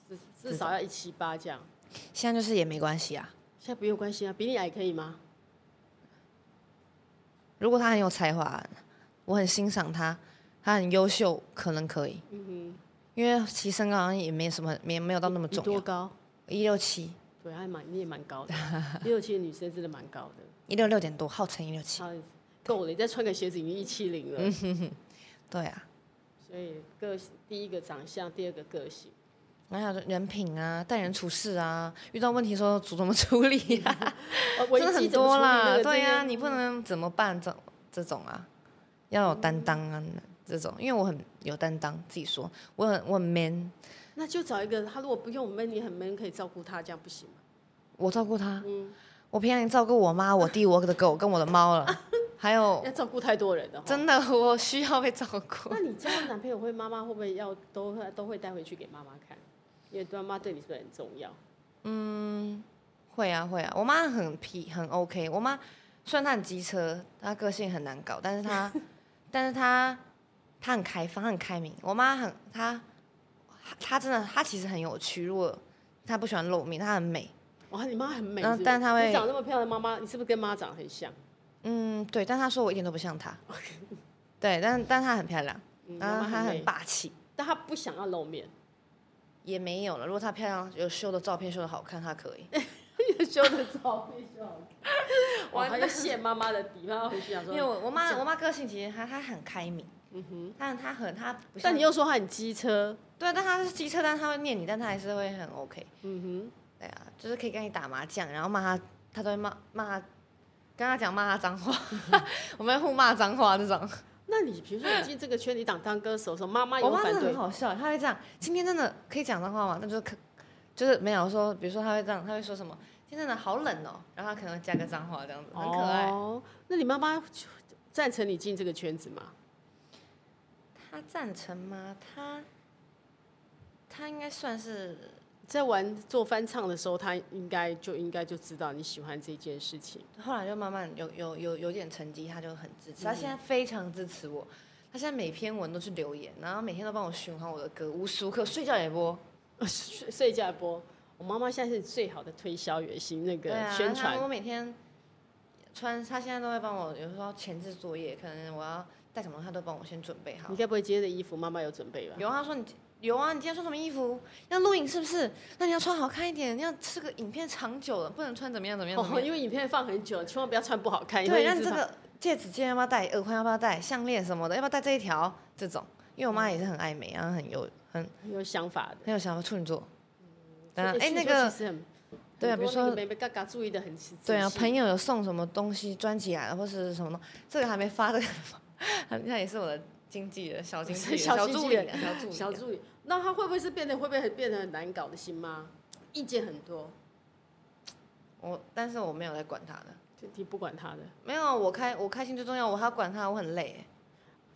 你现在至至少要一七八这样。
现在就是也没关系啊。
现在不用关心啊，比你矮可以吗？
如果他很有才华，我很欣赏他，他很优秀，可能可以。
嗯
因为其实身高好像也没什么，没没有
哼，
到那么
你
重
多
要，
高？
一六七，
对，还蛮你也蛮高的，六七的女生真的蛮高的，
一六六点多，号称一六 七。嗯
啊，够了，你再穿个鞋子已经一七零了。
对啊，
所以个性第一个长相，第二个 个性。
然后还有人品啊，待人处事啊，遇到问题的时候怎么处理啊，
哦
真的很多啦。对
呀、
啊，你不能怎么办这这种啊，要有担当啊这种，因为我很有担当，自己说我很我很 man，
那就找一个他如果不用 man，你很 man 可以照顾他，这样不行吗？
我照顾他，
嗯
我平常也照顾我妈、我弟、我的狗跟我的猫了，还有
要照顾太多人了。
哦真的我需要被照
齁，
顾
那。你交的男朋友会妈妈会不会要都会都会带回去给妈妈看？因为妈妈对你是不是很重要？
会啊会啊，我妈很皮很 OK，我妈虽然她很机车，她个性很难搞，但是 她但是她她很开放，她很开明。我妈很她她真的她其实很有趣，如果她不喜欢露面，她很美。
哇，你妈很美
嗯
是不是
但她会
你长那么漂亮，妈妈你是不是跟妈长得很像？
嗯，对，但她说我一点都不像 她。对，但但她很漂亮，
嗯，妈
然
妈
后她
很
很
美，
霸气。
但她不想要露面，
也没有了。如果她漂亮，有修的照片修的好看，她可 以。
修的照片就好看。哇，她就谢妈妈的底，妈妈回去想
因为
说，
我我妈我妈个性其实她她很开明，但她很她不像
嗯但你又说她很机车，
对，但她是机车，但她会念你，但她还是会很 OK。
嗯哼。
对啊，就是可以跟你打麻将，然后骂她，她都会骂骂她，跟她讲骂她脏话，我们会互骂脏话这种。
那你比如说你进这个圈，你当当歌手的时候，妈妈
我
有
妈真
反
的
对
很，好笑，她会这样，今天真的可以讲脏话吗？那就是可就是没有说，比如说她会这样，她会说什么？今天真的好冷哦，然后她可能会加个脏话这样子，很可爱。
哦，那你妈妈赞成你进这个圈子吗？
他赞成吗？他他应该算是
在玩做翻唱的时候，她应该就应该就知道你喜欢这件事情。
后来就慢慢有有有有点成绩，他就很支
嗯
持。他现在非常支持我，他现在每篇文都去留言，然后每天都帮我循环我的歌，无时无刻睡觉也播。
睡睡觉播，我妈妈现在是最好的推销员型那个
对啊，他
宣传。
我每天穿，他现在都会帮我，有时候前置作业，可能我要带什么，他都帮我先准备好
你。该不会今天的衣服妈妈有准备吧？
有啊，他说你有啊，你今天穿什么衣服？要录影是不是？那你要穿好看一点，你要这个影片长久了，不能穿怎么样怎么样怎么
哦，
样。
因为影片放很久，千万不要穿不好看，因为
对，
一
让
直
这
放
个戒指今天要不要戴，耳环要不要戴，项链什么的要不要戴这一条
嗯
啊这种，因为我妈也是很爱美，然后很有很
很有想法的。嗯
很有想法，处女座，当然，哎，
去
那
就
个
其实很
对啊
很
比如
多那
说
个妹妹嘎嘎注意的很细。
对啊，
仔细
朋友有送什么东西专辑来了，或是什么东，这个还没发，这个还没发 他也是我的经纪人，小经纪人，
小
小
经纪
助理啊，
人
小助理啊，
小助理，那他会不会是变得会不会很变得很难搞的新妈？意见很多，
我但是我没有在管他的，
就你不管他的。
没有，啊我开我开心最重要，我还要管他，我很累欸。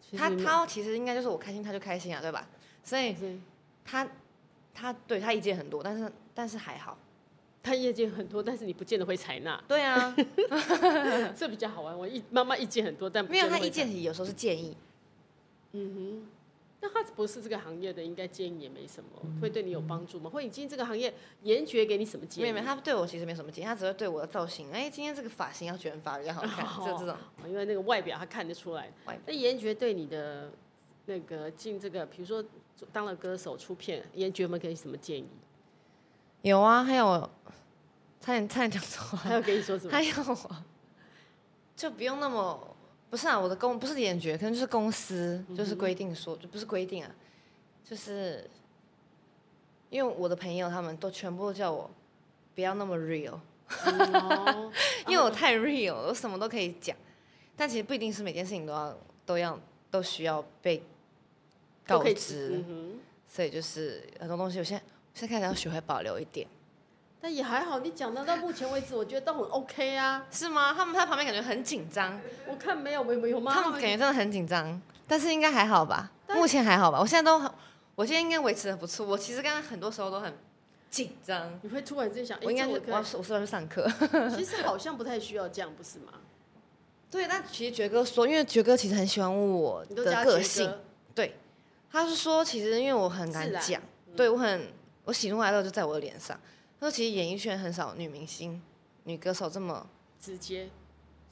其实
他
你
他其实应该就是我开心他就开心啊，对吧？所以
是
他他对他意见很多，但是但是还好。
他意见很多，但是你不见得会采 纳，
对 啊，
这比较好玩。我意妈妈意见很多，但不
没有
见得
他
会
意
采纳。
见有时候是建议，
嗯哼，那他不是这个行业的，应该建议也没什么，会对你有帮助吗？或者你进这个行业，严爵给你什么建 议？
没有没有，他对我其实没什么建议，他只会对我的造型，哎，今天这个发型要卷发比较好看，就这种。
因为那个外表他看得出来
外表。
那严爵对你的那个进这个，比如说当了歌手出片，严爵们给你什么 建议？
有啊，还有，差点差点讲错
他要给你说什么？
还有啊， 就不用那么不是啊，我的公不是演觉，可能就是公司就是规定说，就不是规定啊，就是因为我的朋友他们都全部都叫我不要那么 real，
嗯哦
因为我太 real，我什么都可以讲，但其实不一定是每件事情都要都要都需要被
都
告
可以
知
嗯，哼，
所以就是很多东西我现在我现在开始要学会保留一点，
但也还好，你讲到到目前为止，我觉得都很 OK 啊。
是吗？他们在旁边感觉很紧张。
我看没有，没有，有吗？
他们感觉真的很紧张，但是应该还好吧？目前还好吧？我现在都很，我现在应该维持的不错。我其实刚刚很多时候都很紧张，
你会突然之间想，哎
我应该
这
是
我
我要我
可
是我是要去上课。
以其实好像不太需要这样，不是吗？
对，但其实爵哥说，因为爵哥其实很喜欢我
你都
的
加
个
杰
性
哥，，
对，他是说其实因为我很敢
自然
讲，对我很我喜怒哀乐就在我的脸上。他说其实演艺圈很少女明星、女歌手这么
直接，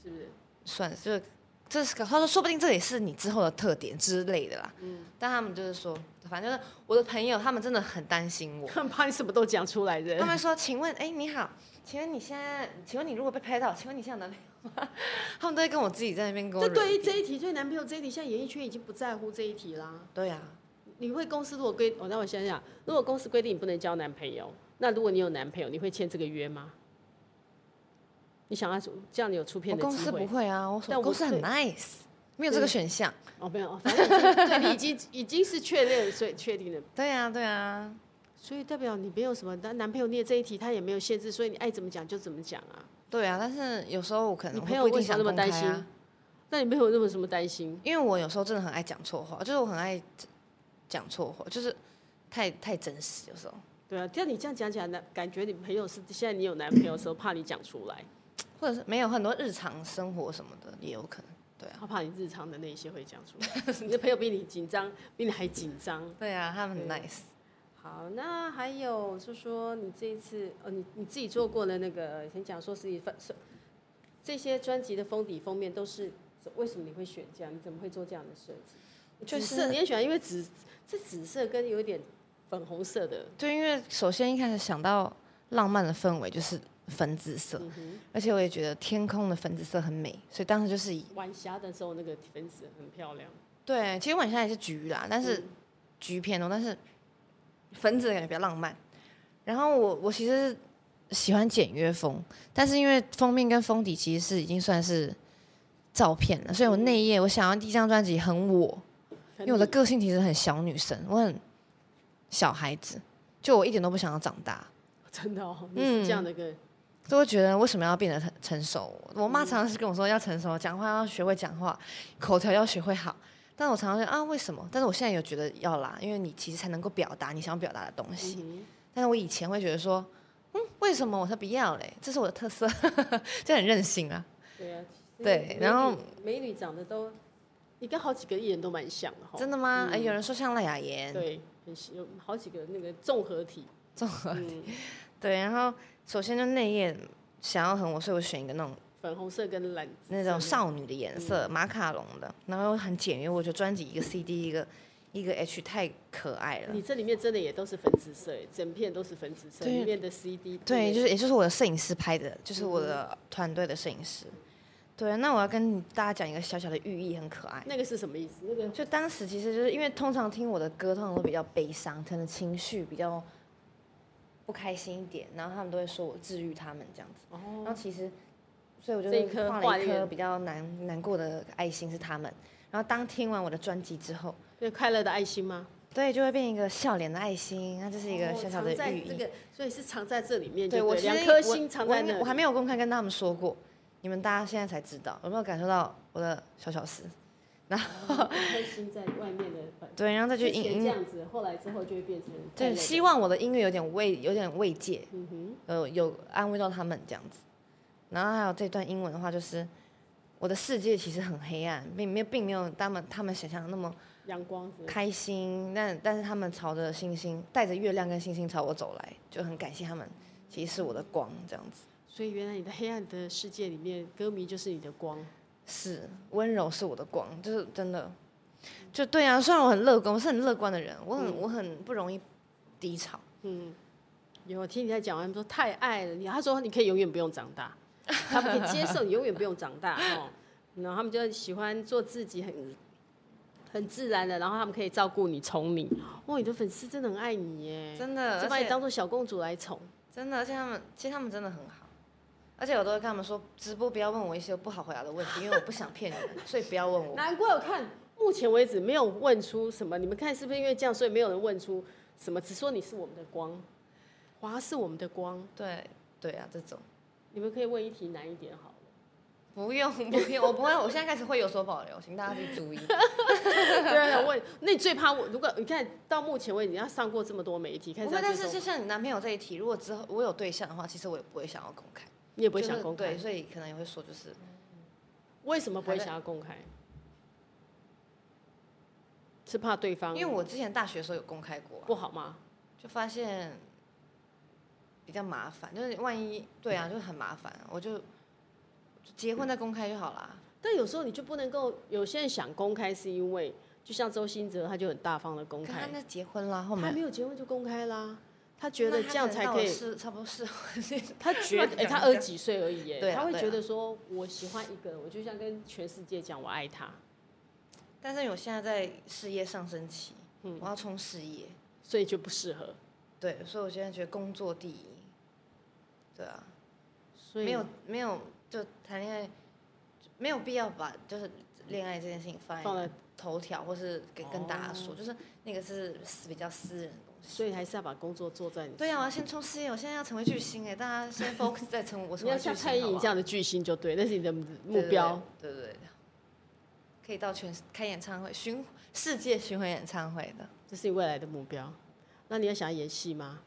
是不是？
算了，就是这是个他说，说不定这也是你之后的特点之类的啦。
嗯
但他们就是说，反正就是我的朋友他们真的很担心我，
很怕你什么都讲出来
他
的。
们说，请问，哎，你好，请问你现在，请问你如果被拍到，请问你现在有男朋友吗？ 他们都会跟我自己在那边跟我
这对于
对
这一题，对男朋友这一题，现在演艺圈已经不在乎这一题啦。
对啊，
你会公司如果规，我、让我想想，如果公司规定你不能交男朋友，那如果你有男朋友，你会签这个约吗？你想要这样你有出片
我
的机
公
会？
司不会啊，我
但
说
我
公司很
对
nice，没有这个选项。
哦，没有，哦反正已经 对你已经已经是确认，所以确定了，
对啊，对啊，
所以代表你没有什么，但男朋友你也这一题他也没有限制，所以你爱怎么讲就怎么讲啊。
对啊，但是有时候我可
你
能
朋
会
友
不一
为
定
什
想
么那么
公
担
开
心
啊，？
那你没有那么什么担心？
因为我有时候真的很爱讲错话，就是我很爱讲错话，就是太太真实有时候。
对啊，像你这样讲起来，那感觉你朋友是现在你有男朋友的时候，怕你讲出来，
或者是没有很多日常生活什么的也有可能。对啊，
他怕你日常的那一些会讲出来。你的朋友比你紧张，比你还紧张。
对啊，他们很
对
nice。
好，那还有就说你这一次，呃，你你自己做过的那个，先讲说是你发是这些专辑的封底封面都是为什么你会选这样？你怎么会做这样的设计？
就
紫
是
色你也喜欢，因为紫这紫色跟有一点粉红色的，
对，因为首先一开始想到浪漫的氛围就是粉紫色，
嗯哼，
而且我也觉得天空的粉紫色很美，所以当时就是以
晚霞的时候那个粉紫很漂亮，
对，其实晚上也是橘啦，但是
嗯
橘偏多，但是粉紫的感觉比较浪漫。然后我我其实喜欢简约风，但是因为封面跟封底其实是已经算是照片了，所以我内页我想要第一张专辑很我，因为我的个性其实很小女生，我很小孩子，就我一点都不想要长大，
真的哦，你
嗯
是这样的一个，
所以我觉得为什么要变得成成熟？
嗯
我妈常常是跟我说要成熟，讲话要学会讲话，口条要学会好。但我常常说啊，为什么？但是我现在有觉得要啦，因为你其实才能够表达你想要表达的东西。
嗯
但是我以前会觉得说，嗯，为什么我才不要嘞？这是我的特色， 就很
嗯
任性啊。
哼，对啊，
对
美女
然后
美女长得都，你跟好几个艺人都蛮像的哈，
真的吗？哎、有人说像赖雅妍，
哦对，很喜有好几个那个综合体，
综合
嗯，
对。然后首先就内页想要很我，所以我选一个那种
粉红色跟蓝
那种少女的颜
嗯
色，马卡龙的，然后又很简约。我觉得专辑一个 CD 一个一个 H 太可爱了
你。这里面真的也都是粉紫色耶，整片都是粉紫色，
对
里面的 CD
对，就是是也就是我的摄影师拍的，就是我
嗯
的团队的摄影师。对，那我要跟大家讲一个小小的寓意，很可爱。
那个是什么意思？那个
就当时其实就是因为通常听我的歌，通常都比较悲伤，可能情绪比较不开心一点，然后他们都会说我治愈他们这样子。然后
哦，
其实，所以我就
这一
是
颗
画
画
了一
面
颗比较难难过的爱心是他们。然后当听完我的专辑之后，
对，快乐的爱心吗？
对，就会变一个笑脸的爱心，它就是一个
哦
小小
藏
的
在
寓
这
意。
个，所以是藏在这里面就
对我
了
其实
两颗
我
心藏
我
在
应该
那
我还
里。
没有公开跟他们说过，你们大家现在才知道，有没有感受到我的小小事？
两颗哦心在外面的本，
对，然后再去
之
音
前这
音，
样子，后来之后就会变成快
对，
乐的
希望我的音乐有点慰，有点慰藉，
嗯哼，
呃，有安慰到他们这样子。然后还有这段英文的话，就是我的世界其实很黑暗，并没有并没有他们他们想象的那么
阳光之类的
开心，但但是他们朝着星星，带着月亮跟星星朝我走来，就很感谢他们，其实是我的光这样子。
所以原来你的黑暗的世界里面，歌迷就是你的光。
是温柔是我的光，就是真的，就对啊。虽然我很乐观，我是很乐观的人，我很、我很不容易低潮。
嗯，有我听你在讲完说太爱了你，他说你可以永远不用长 大，他们可以接受你永远不用长大哦。然后他们就喜欢做自己很很自然的，然后他们可以照顾你、宠你。哦哇，你的粉丝真的很爱你耶，
真的，
就
而
把你
且
当做小公主来宠。
真的，而且他们其实他们真的很好，而且我都会跟他们说，直播不要问我一些不好回答的问 题，因为我不想骗你们，所以不要问我。
难怪我看目前为止没有问出什么，你们看是不是因为这样，所以没有人问出什么，只说你是我们的光，华是我们的光。
对对啊，这种
你们可以问一题难一点好了。
不用不用，我不会，我现在开始会有所保留，请大家去注意。
对 啊，我那你最怕我？如果你看到目前为止，你要上过这么多媒体，开
不
始
会
要，
但
接
是
受
就像你男朋友这一题，如果之后我有对象的话，其实我也不会想要公开，
你也不会
就是
想公开
对，，所以可能也会说就是
为什么不会想要公开？是怕对方
因为我之前大学的时候有公开过啊、
不好吗？
就发现比较麻烦，就是万一对啊，就很麻烦，我就就结婚再公开就好啦。
但有时候你就不能够，有些人想公开是因为，就像周兴哲，他就很大方的公
可是他
开，
那结婚啦，后
他
面
没有结婚就公开啦，他觉得这样才可以
是差不多是
他觉得，哎、他二十几岁而已，
对
耶，
啊
他会
对啊
觉得说，我喜欢一个人，我就像跟全世界讲我爱他，
但是我现在在事业上升期，
嗯
我要冲事业，
所以就不适合，
对，所以我现在觉得工作第一，对啊，
所以
没有没有就谈恋爱，没有必要把就是恋爱这件事情放在
放在，
头条，或是跟跟大家说，
哦
就是那个是私比较私人的东西。
所以还是要把工作做在你。
对呀、我要先冲事业，我现在要成为巨星哎，大家 先 focus 在成我成
你要
为巨
像
星
蔡依
好不
林
好
这样的巨星就对，那是你的目标。，
对对对对对可以到全开演唱会巡世界巡回演唱会的，
这是你未来的目标。那你有想要演戏 吗？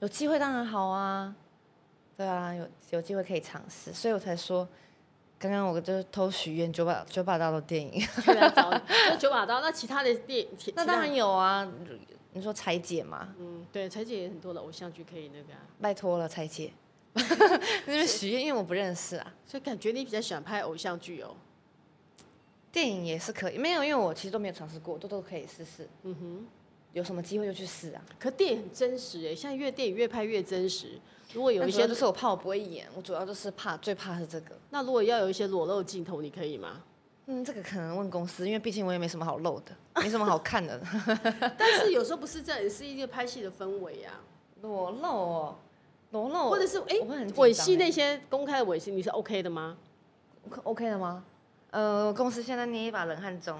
有机会当然好啊，对啊，有有机会可以尝试，所以我才说，刚刚我就是偷许愿九把九把刀的电 影，
可以来找你。那九把刀，那其他的电，其
那当，然有啊，你说裁姐嘛，
其他嗯，对，彩姐也很多的偶像剧可以那个啊、
拜托了裁 姐，那边许愿，因为我不认识啊。
所以感觉你比较喜欢拍偶像剧哦。
电影也是可以，没有，因为我其实都没有尝试过，都都可以试试，
嗯哼，
有什么机会就去试啊。
可电影很真实诶，现在越电影越拍越真实。如果有
但
一
主要
些
就，是我怕我不会演，我主要就是怕最怕是这个。
那如果要有一些裸露镜头，你可以吗？
嗯，这个可能问公司，因为毕竟我也没什么好露的，没什么好看 的。
但是有时候不是这样，也是一个拍戏的氛围呀、
裸露哦，裸露，
或者是哎
我会很紧张
吻戏那些公开的吻戏，你是 OK 的吗？
欸 OK 的吗？呃，公司现在捏一把冷汗中。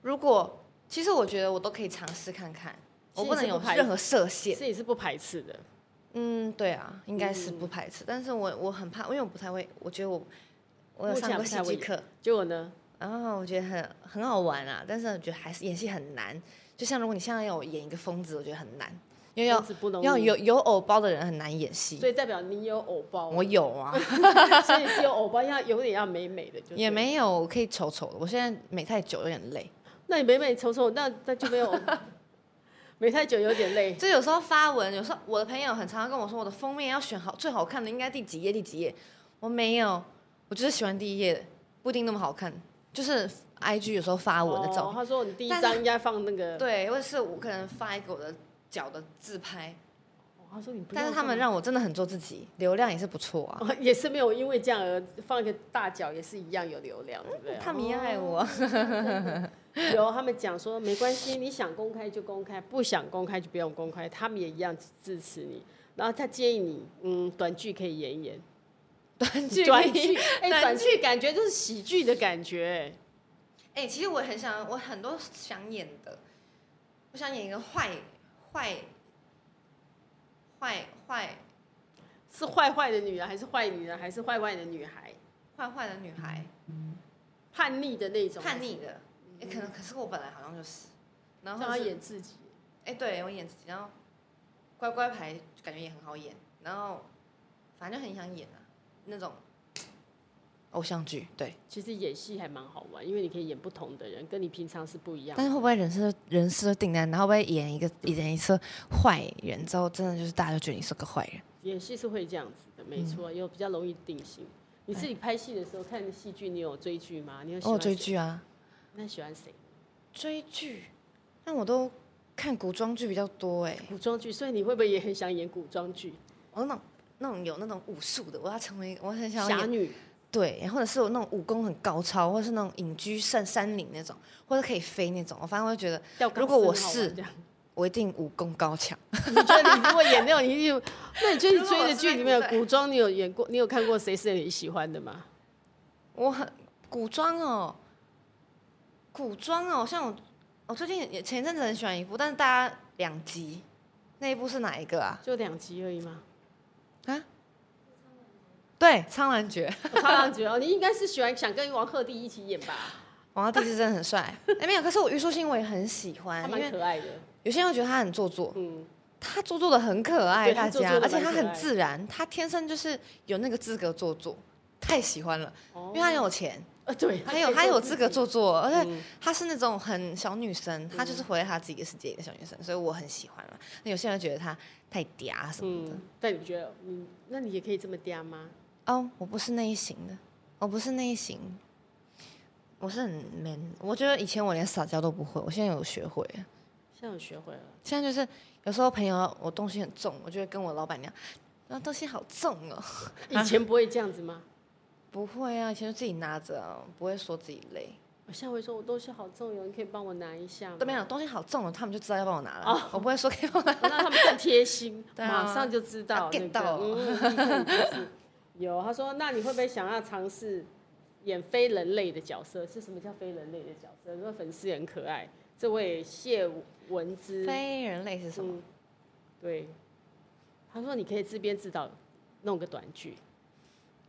如果其实我觉得我都可以尝试看看，我不能有
其实是不排
任何设限。
是你是不排斥的。
嗯，对啊，应该是
嗯
不排斥，但是我我很怕，因为我不太会，我觉得我我有
目前
上过
不
戏
太会
剧课，
结果呢？
然后啊我觉得很很好玩啊，但是我觉得还是演戏很难。就像如果你现在要我演一个疯子，我觉得很难，因为
这
要
样子不容易，
要有有偶包的人很难演戏
所。以代表你有偶包，
我有 啊，
所以是有偶包，要有点要美美的就，
也。没有我可以丑丑的。我现在美太久有点累，
那你美美丑丑，那那就 没有美太久有点累。
就有时候发文，有时候我的朋友很常跟我说，我的封面要选好最好看的，应该第几页第几页。我没有，我就是喜欢第一页的，不一定那么好看。就是 I G 有时候发文的照
哦，他说你第一
但
哦张应该放那个，
对，或者是我可能发一个我的脚的自拍，
哦他说你不要
但
干
是
嘛，
他们让我真的很做自己，流量也是不错啊。
哦 也是没有因为这样而放一个大脚，也是一样有流量，对不哦对？
他们也爱我，
有他们讲说没关系，你想公开就公开，不想公开就不用公开，他们也一样支持你。然后他建议你，嗯，短剧可以演一演，
短剧
短 剧，哎、
短
短剧感觉就是喜剧的感觉、
哎、其实我很想，我很多想演的，我想演一个坏坏坏坏
是坏坏的女人，还是坏女人，还是坏坏的女孩，
坏坏的女孩，
嗯叛逆的那种，
叛逆的。哎、可能可是我本来好像就是，然
还
后或
是，让嗯她
是
演自己。
哎、对我演自己，然后乖乖牌就感觉也很好演，然后反正就很想演啊那种偶像剧，对。
其实演戏还蛮好玩，因为你可以演不同的人，跟你平常是不一样的
但。是会不会人设人设定在，然后会不会演一个演一次坏人之后，真的就是大家就觉得你是个坏人？
演戏是会这样子的，
嗯
没错，又比较容易定型。你自己拍戏的时候看戏剧，你有追剧吗？你有喜
我有
欢
哎追
谁？
剧啊，
那喜欢谁？
追剧，但我都看古装剧比较多哎、
古装剧，所以你会不会也很想演古装剧？
我那种那种有那种武术的，我要成为我很想要
侠
演
女，
对，或者是有那种武功很高超，或者是那种隐居山山林那种，或者可以飞那种，我反正会觉得
吊钢丝
如果我
很好玩
是
这样
我一定武功高强。
你觉得你如果演那种，你就那你最近
如果
追
我
的
是
剧
那
里
个
面有
在
古装，你有演过？你有看过谁是你喜欢的吗？
我很古装哦，古装哦，像我我最近也前一阵子很喜欢一部，但是大家两集，那一部是哪一个啊？
就两集而已吗？
啊？对，《苍兰诀》，
我超常觉得哦你应该是喜欢想跟王鹤棣一起演吧，
王鹤棣是真的很帅。哎，没有，可是我虞书欣我也很喜
他
欢，因
蛮
为
可爱的。
有些人会觉得他很做作，
嗯，
他做作的很可爱，
对
大
他做
家，
作得
而且他
蛮可爱
很自然，他天生就是有那个资格做作，太喜欢了，因
哦
为他很有钱，
呃，对，
还有他有资格
做
做作，而且
嗯
她是那种很小女生，她就是活在她自己的世界里的小女生，所以我很喜欢嘛。那有些人觉得她太嗲什么的，
嗯，但你觉得，嗯，那你也可以这么嗲吗？
哦，我不是那一型的，我不是那一型，我是很 man。我觉得以前我连撒娇都不会，我现在有学会了。
现在我学会了，
现在就是有时候朋友我东西很重，我就会跟我老板娘，那东西好重哦。
以前不会这样子吗？
不会啊，以前就自己拿着、啊，不会说自己累。
我下回说我东西好重哦，你可以帮我拿一下吗？
对面讲东西好重哦，他们就知道要帮我拿了。
哦
我不会说可以帮我拿。
让他们更贴心，
对啊
马上就知道
啊
那
get
个。
到
嗯嗯 嗯有，他说，那你会不会想要尝试演非人类的角色？是什么叫非人类的角色？说粉丝也很可爱，这位谢文之，
非人类是什么？
嗯，对，他说你可以自编自导，弄个短剧。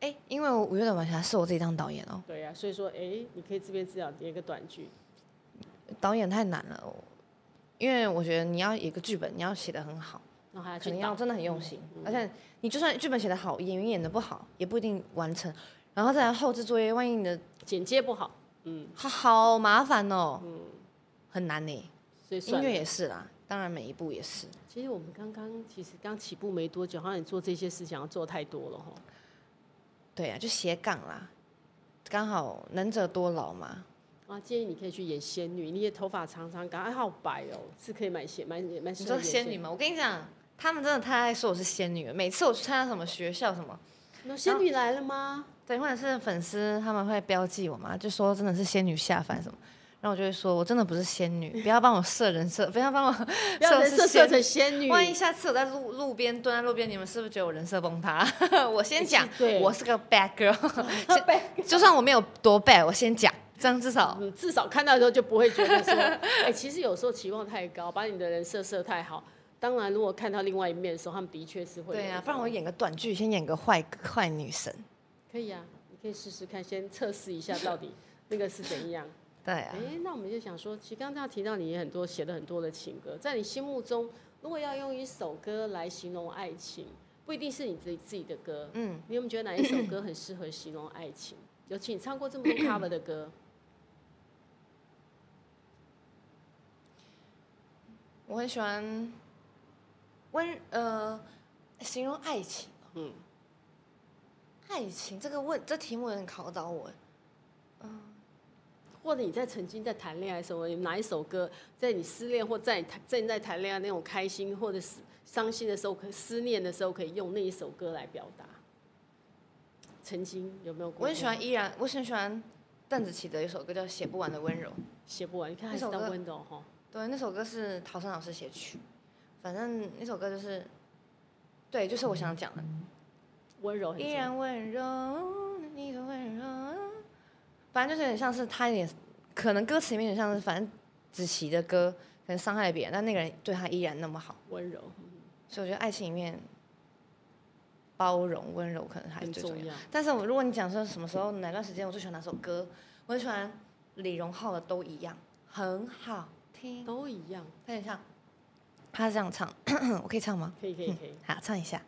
哎、因为我五月的晚霞是我自己当导演哦，
对呀、所以说，哎，你可以自编自导演个短剧。
导演太难了，我因为我觉得你要有一个剧本，你要写的很好，
然后还要
可
去
能
导
要真的很用心，
嗯
而且你就算剧本写的好，演员演的不好，也不一定完成。然后再来后置作业，万一你的
剪接不好，嗯，
好好麻烦哦，很难呢。
所以
音
嗯算
乐
了。
也是啦，当然每一步也是。
其实我们刚刚其实刚起步没多久，好像你做这些事情要做太多了哈。
对啊，就斜杠啦，刚好能者多劳嘛。
啊，建议你可以去演仙女，你的头发长长，刚哎好白哦，是可以买仙蛮蛮
你
适合
说
演
仙女，吗？我跟你讲，他们真的太爱说我是仙女了。每次我去参加什么学校什么，
那仙女来了吗？
对，或者是粉丝他们会标记我嘛，就说真的是仙女下凡什么，然后我就会说我真的不是仙女，不要帮我设人设，不要帮我
不要
我
人
啊是
设
仙
设成仙女，
万一下次我在路路边蹲在路边，你们是不是觉得我人设崩塌？ 我先讲
对，
我是个 bad girl，先 就算我没有多 bad，我先讲，这样至少
嗯，至少看到的时候就不会觉得 说，哎、其实有时候期望太高，把你的人设设太好。当然，如果看到另外一面的时候，他们的确是会有
对
一
啊，
种
不然我演个短剧，先演个坏坏女神，
可以啊，你可以试试看，先测试一下到底那个是怎样。
对啊
哎、，那我们就想说，其实刚刚提到你也很多写了很多的情歌，在你心目中，如果要用一首歌来形容爱情，不一定是你自己自己的歌，
嗯，
你有没有觉得哪一首歌很适合形容爱 情？尤其你唱过这么多 cover 的歌，
我很喜欢温呃形容爱情。啊
嗯，
爱情这个问这题目有点考倒我，
或者你在曾经在谈恋爱的时候，你哪一首歌在你失恋或在你谈正在谈恋爱那种开心或者是伤心的时候，可思念的时候，可以用那一首歌来表达。曾经有没有过？
我很喜欢依然，我很喜欢邓紫棋的一首歌叫《写不完的温柔》。
写不完，你看还
那
是
首
当
歌
温柔哈。
对，那首歌是陶山老师写曲，反正那首歌就是，对，就是我想讲的，
温柔很重
依
要
然温柔，你的温柔，反正就是有点像是他有点，可能歌词里面有点像是，反正子琪的歌可能伤害了别人，但那个人对他依然那么好，
温柔
嗯所以我觉得爱情里面包容温柔可能还是
很
最重要
重。要。
但是我如果你讲说什么时候哪段时间我最喜欢哪首歌，我很喜欢李荣浩的《都一样》，很好听。
都一样，
他很像，他是这样唱， 我可以唱吗？
可以可以可以。
好，唱一下。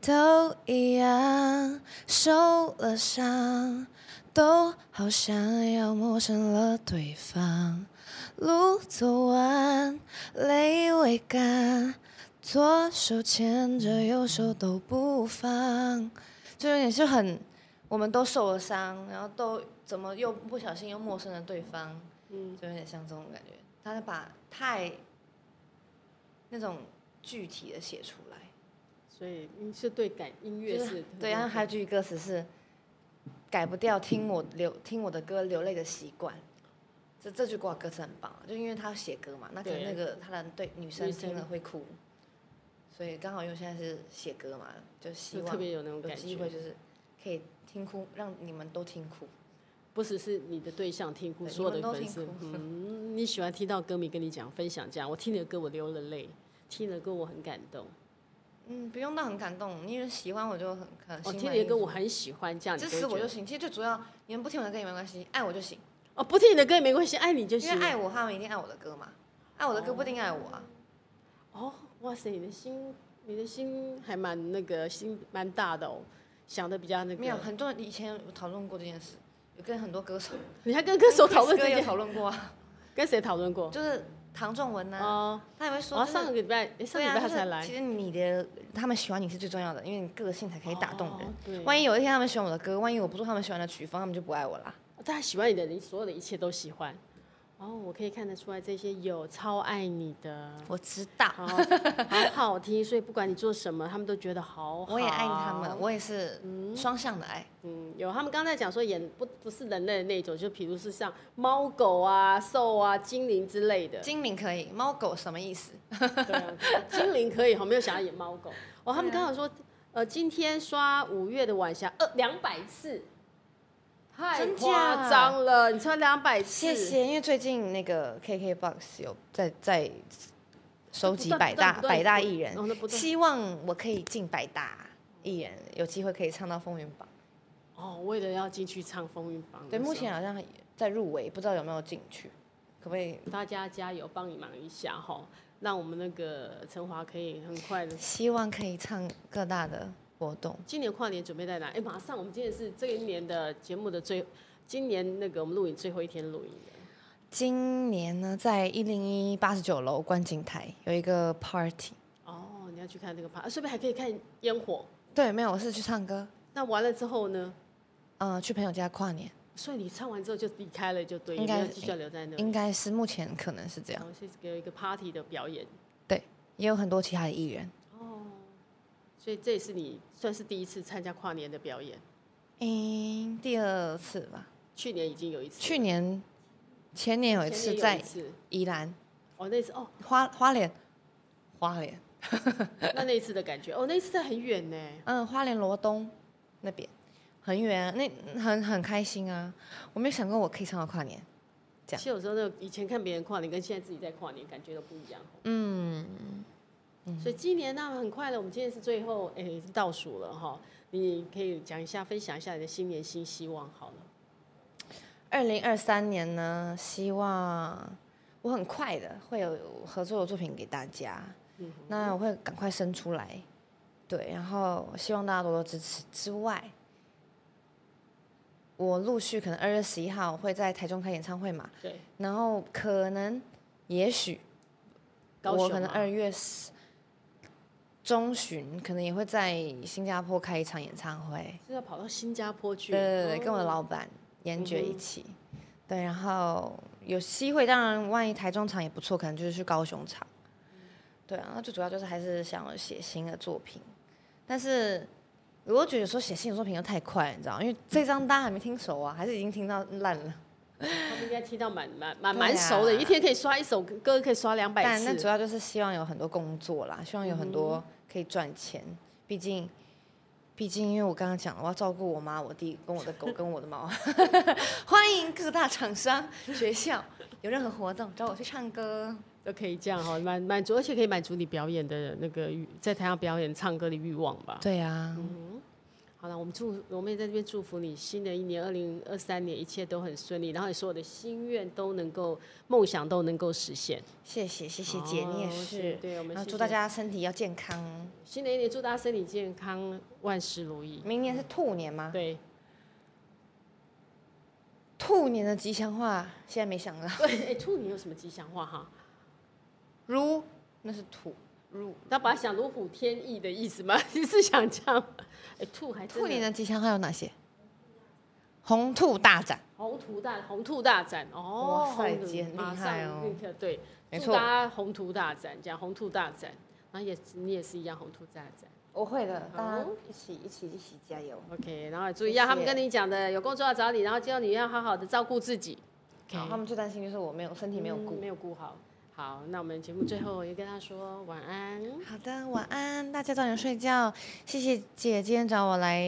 都一样，受了伤，都好像要陌生了对方。路走完，泪未干，左手牵着右手都不放，就有点是很，我们都受了伤，然后都怎么又不小心又陌生了对方，
嗯，
就有点像这种感觉。他就把太那种具体的写出来，
所以你是对感音乐
就是
是
对，然后还有句歌词是改不掉听我流听我的歌流泪的习惯。这这句歌歌词很棒，就因为他写歌嘛，那可能
对
那个他的对女生
女生
听了会哭，所以刚好因为现在是写歌嘛，就希
就特
望
别有那种
有
感
机
觉，
会就是可以听哭，让你们都听哭。
不只是你的对象听哭，
对
所有的
你们都
粉丝
听，哭
嗯，你喜欢听到歌迷跟你讲分享这样，我听你的歌我流了泪，听你的歌我很感动，
嗯，不用到很感动，因为喜欢我就很很
哦，
心
听
满
你
意
的歌
足。
我很喜欢这样，你
支
就会
持我
觉
就
得
行，其实最主要你们不听我的歌也没关系，爱我就行。
哦，不听你的歌也没关系，爱你就
因
行
为。爱我，他们一定爱我的歌嘛。爱我的歌不一定爱我啊。
哦，哇塞，你的心，你的心还蛮那个心蛮大的哦，想的比较那
没有，
个，
很多人以前有讨论过这件事，有跟很多歌手
你还跟歌手讨论
歌
这
也
件，
讨论过啊，
跟谁讨论过？
就是唐仲文呐、
哦，
他也会
我
说、
要
就是
上个礼拜，诶上
对
个礼拜
啊，
他
就是
才来，
其实你的他们喜欢你是最重要的，因为你个性才可以打动人。
哦对，
万一有一天他们喜欢我的歌，万一我不做他们喜欢的曲风，他们就不爱我啦。
大家喜欢你的人，所有的一切都喜欢。哦，我可以看得出来，这些有超爱你 的，
我知道，
好好好听，所以不管你做什么，他们都觉得好好。
我也爱他们，。我也是双向的爱。
嗯，有他们刚才讲说演不不是人类的那种，就比如是像猫狗啊、兽啊、精灵之类的。
精灵可以，猫狗什么意思？
对啊，精灵可以，我没有想要演猫 狗。哦，他们刚好说，呃，今天刷五月的晚霞呃两百次，啊太
真假
夸张了，你刷两百
谢
次，
谢，因为最近那个 KKBOX 有在在收集
不断
百大
不断
百
不断
大艺
哦
人，
那不断
希望我可以进百大艺人，有机会可以唱到风云榜。
哦，为了要进去唱风云榜的时候，
对，目前好像在入围，不知道有没有进去，可不可以？
大家加油，帮你忙一下哈，让我们那个陈华可以很快的。
希望可以唱各大的活动。
今年跨年准备在哪？哎，马上我们今天是这一年的节目的最，今年那个我们录影最后一天录影的，
今年呢，在一零一八十九楼观景台有一个 party。
哦，你要去看那个趴，啊顺便还可以看烟火。
对，没有，我是去唱歌，
那完了之后呢？
呃，去朋友家跨年，
所以你唱完之后就离开了，就对，也
应该
没有继续要留在那里。
应该是目前可能是这
然
样，
后是有一个 party 的表演，
也有很多其他的艺人。哦
所以这也是你算是第一次参加跨年的表演。
嗯，第二次吧。
去年已经有一次，
去年、前年有一次
前年有
在
一次
宜兰
哦，那次哦，
花花莲，花莲，
那那一次的感觉，哦，那一次在很远呢。
嗯，花莲罗东那边很远，那很很开心啊！我没有想过我可以唱到跨年，这样
其实有时候那个以前看别人跨年，跟现在自己在跨年感觉都不一样。嗯，所以今年那很快了，我们今天是最后诶、倒数了哈，你可以讲一下，分享一下你的新年新希望好了。
二零二三年呢，希望我很快的会有合作的作品给大家，
嗯
那我会赶快生出来，对，然后希望大家多多支持。之外，我陆续可能二月十一号会在台中开演唱会嘛，
对，
然后可能也许
高雄
我可能
啊
二月10中旬可能也会在新加坡开一场演唱会，
是要跑到新加坡去，
对对对，
哦
跟我的老板严爵一起。对，然后有机会，当然万一台中场也不错，可能就是去高雄场。对啊，那最主要就是还是想要写新的作品，但是我又觉得有时候写新的作品又太快了，你知道，因为这张大家还没听熟啊，还是已经听到烂了。
他们应该听到蛮蛮蛮
对
蛮熟的，
啊
一天可以刷一首歌，可以刷两百
但那
次嗯
主。要就是希望有很多工作啦，希望有很多可以赚钱。毕竟，毕竟因为我刚刚讲了，我要照顾我妈、我弟、跟我的狗、跟我的猫。 欢迎各大厂商、学校有任何活动找我去唱歌。
都呃可以这样哈，满满足，而且可以满足你表演的那个欲，在台上表演唱歌的欲望吧。
对啊，
好了，我们祝我们也在这边祝福你，新的一年二零二三年一切都很顺利，然后你所有的心愿都能够，梦想都能够实现。
谢谢谢谢姐，
哦
你也是。
对，我们
然后
谢
祝
谢
大家身体要健康。
新的一年祝大家身体健康，万事如意。
明年是兔年吗？
对，
兔年的吉祥话现在没想到，
对，哎，兔年有什么吉祥话哈？
如那是兔，如
他把它想如虎添翼的意思吗？ 你是想这样？哎，兔还真
兔年
的
的吉祥话有哪些？红兔大展。
宏图大宏图大展哦，
哇塞
宏图
姐很厉
马上
害哦
立刻对，
没
祝
错
大家宏图大展，这样宏图大展，然后也你也是一样宏图大展。
我会的，
好
大家一起一起一起加油。
OK，然后注意一
谢
下
谢
他们跟你讲的，有工作要找你，然后叫你要好好的照顾自己。
好，他们最担心就是我没有身体没有顾
嗯。没有顾好。好，那我们节目最后也跟他说晚安，
好的，晚安，大家早点睡觉。谢谢姐今天找我来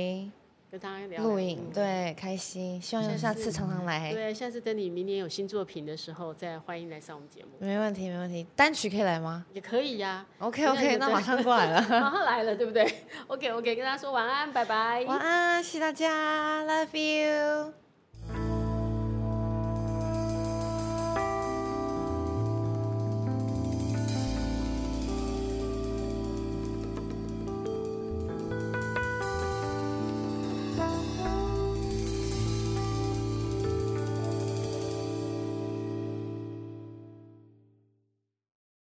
跟大家聊
录
聊
影，
嗯
对，开心。希望下次常常来，
对，下次等你明年有新作品的时候，再欢迎来上我们节目，
没问题，没问题。单曲可以来吗
也可以呀、
？OK
对
OK，那马上过来了。
马上来了，对不对？OK OK，跟大家说晚安，拜拜。
晚安，谢谢大家，Love you。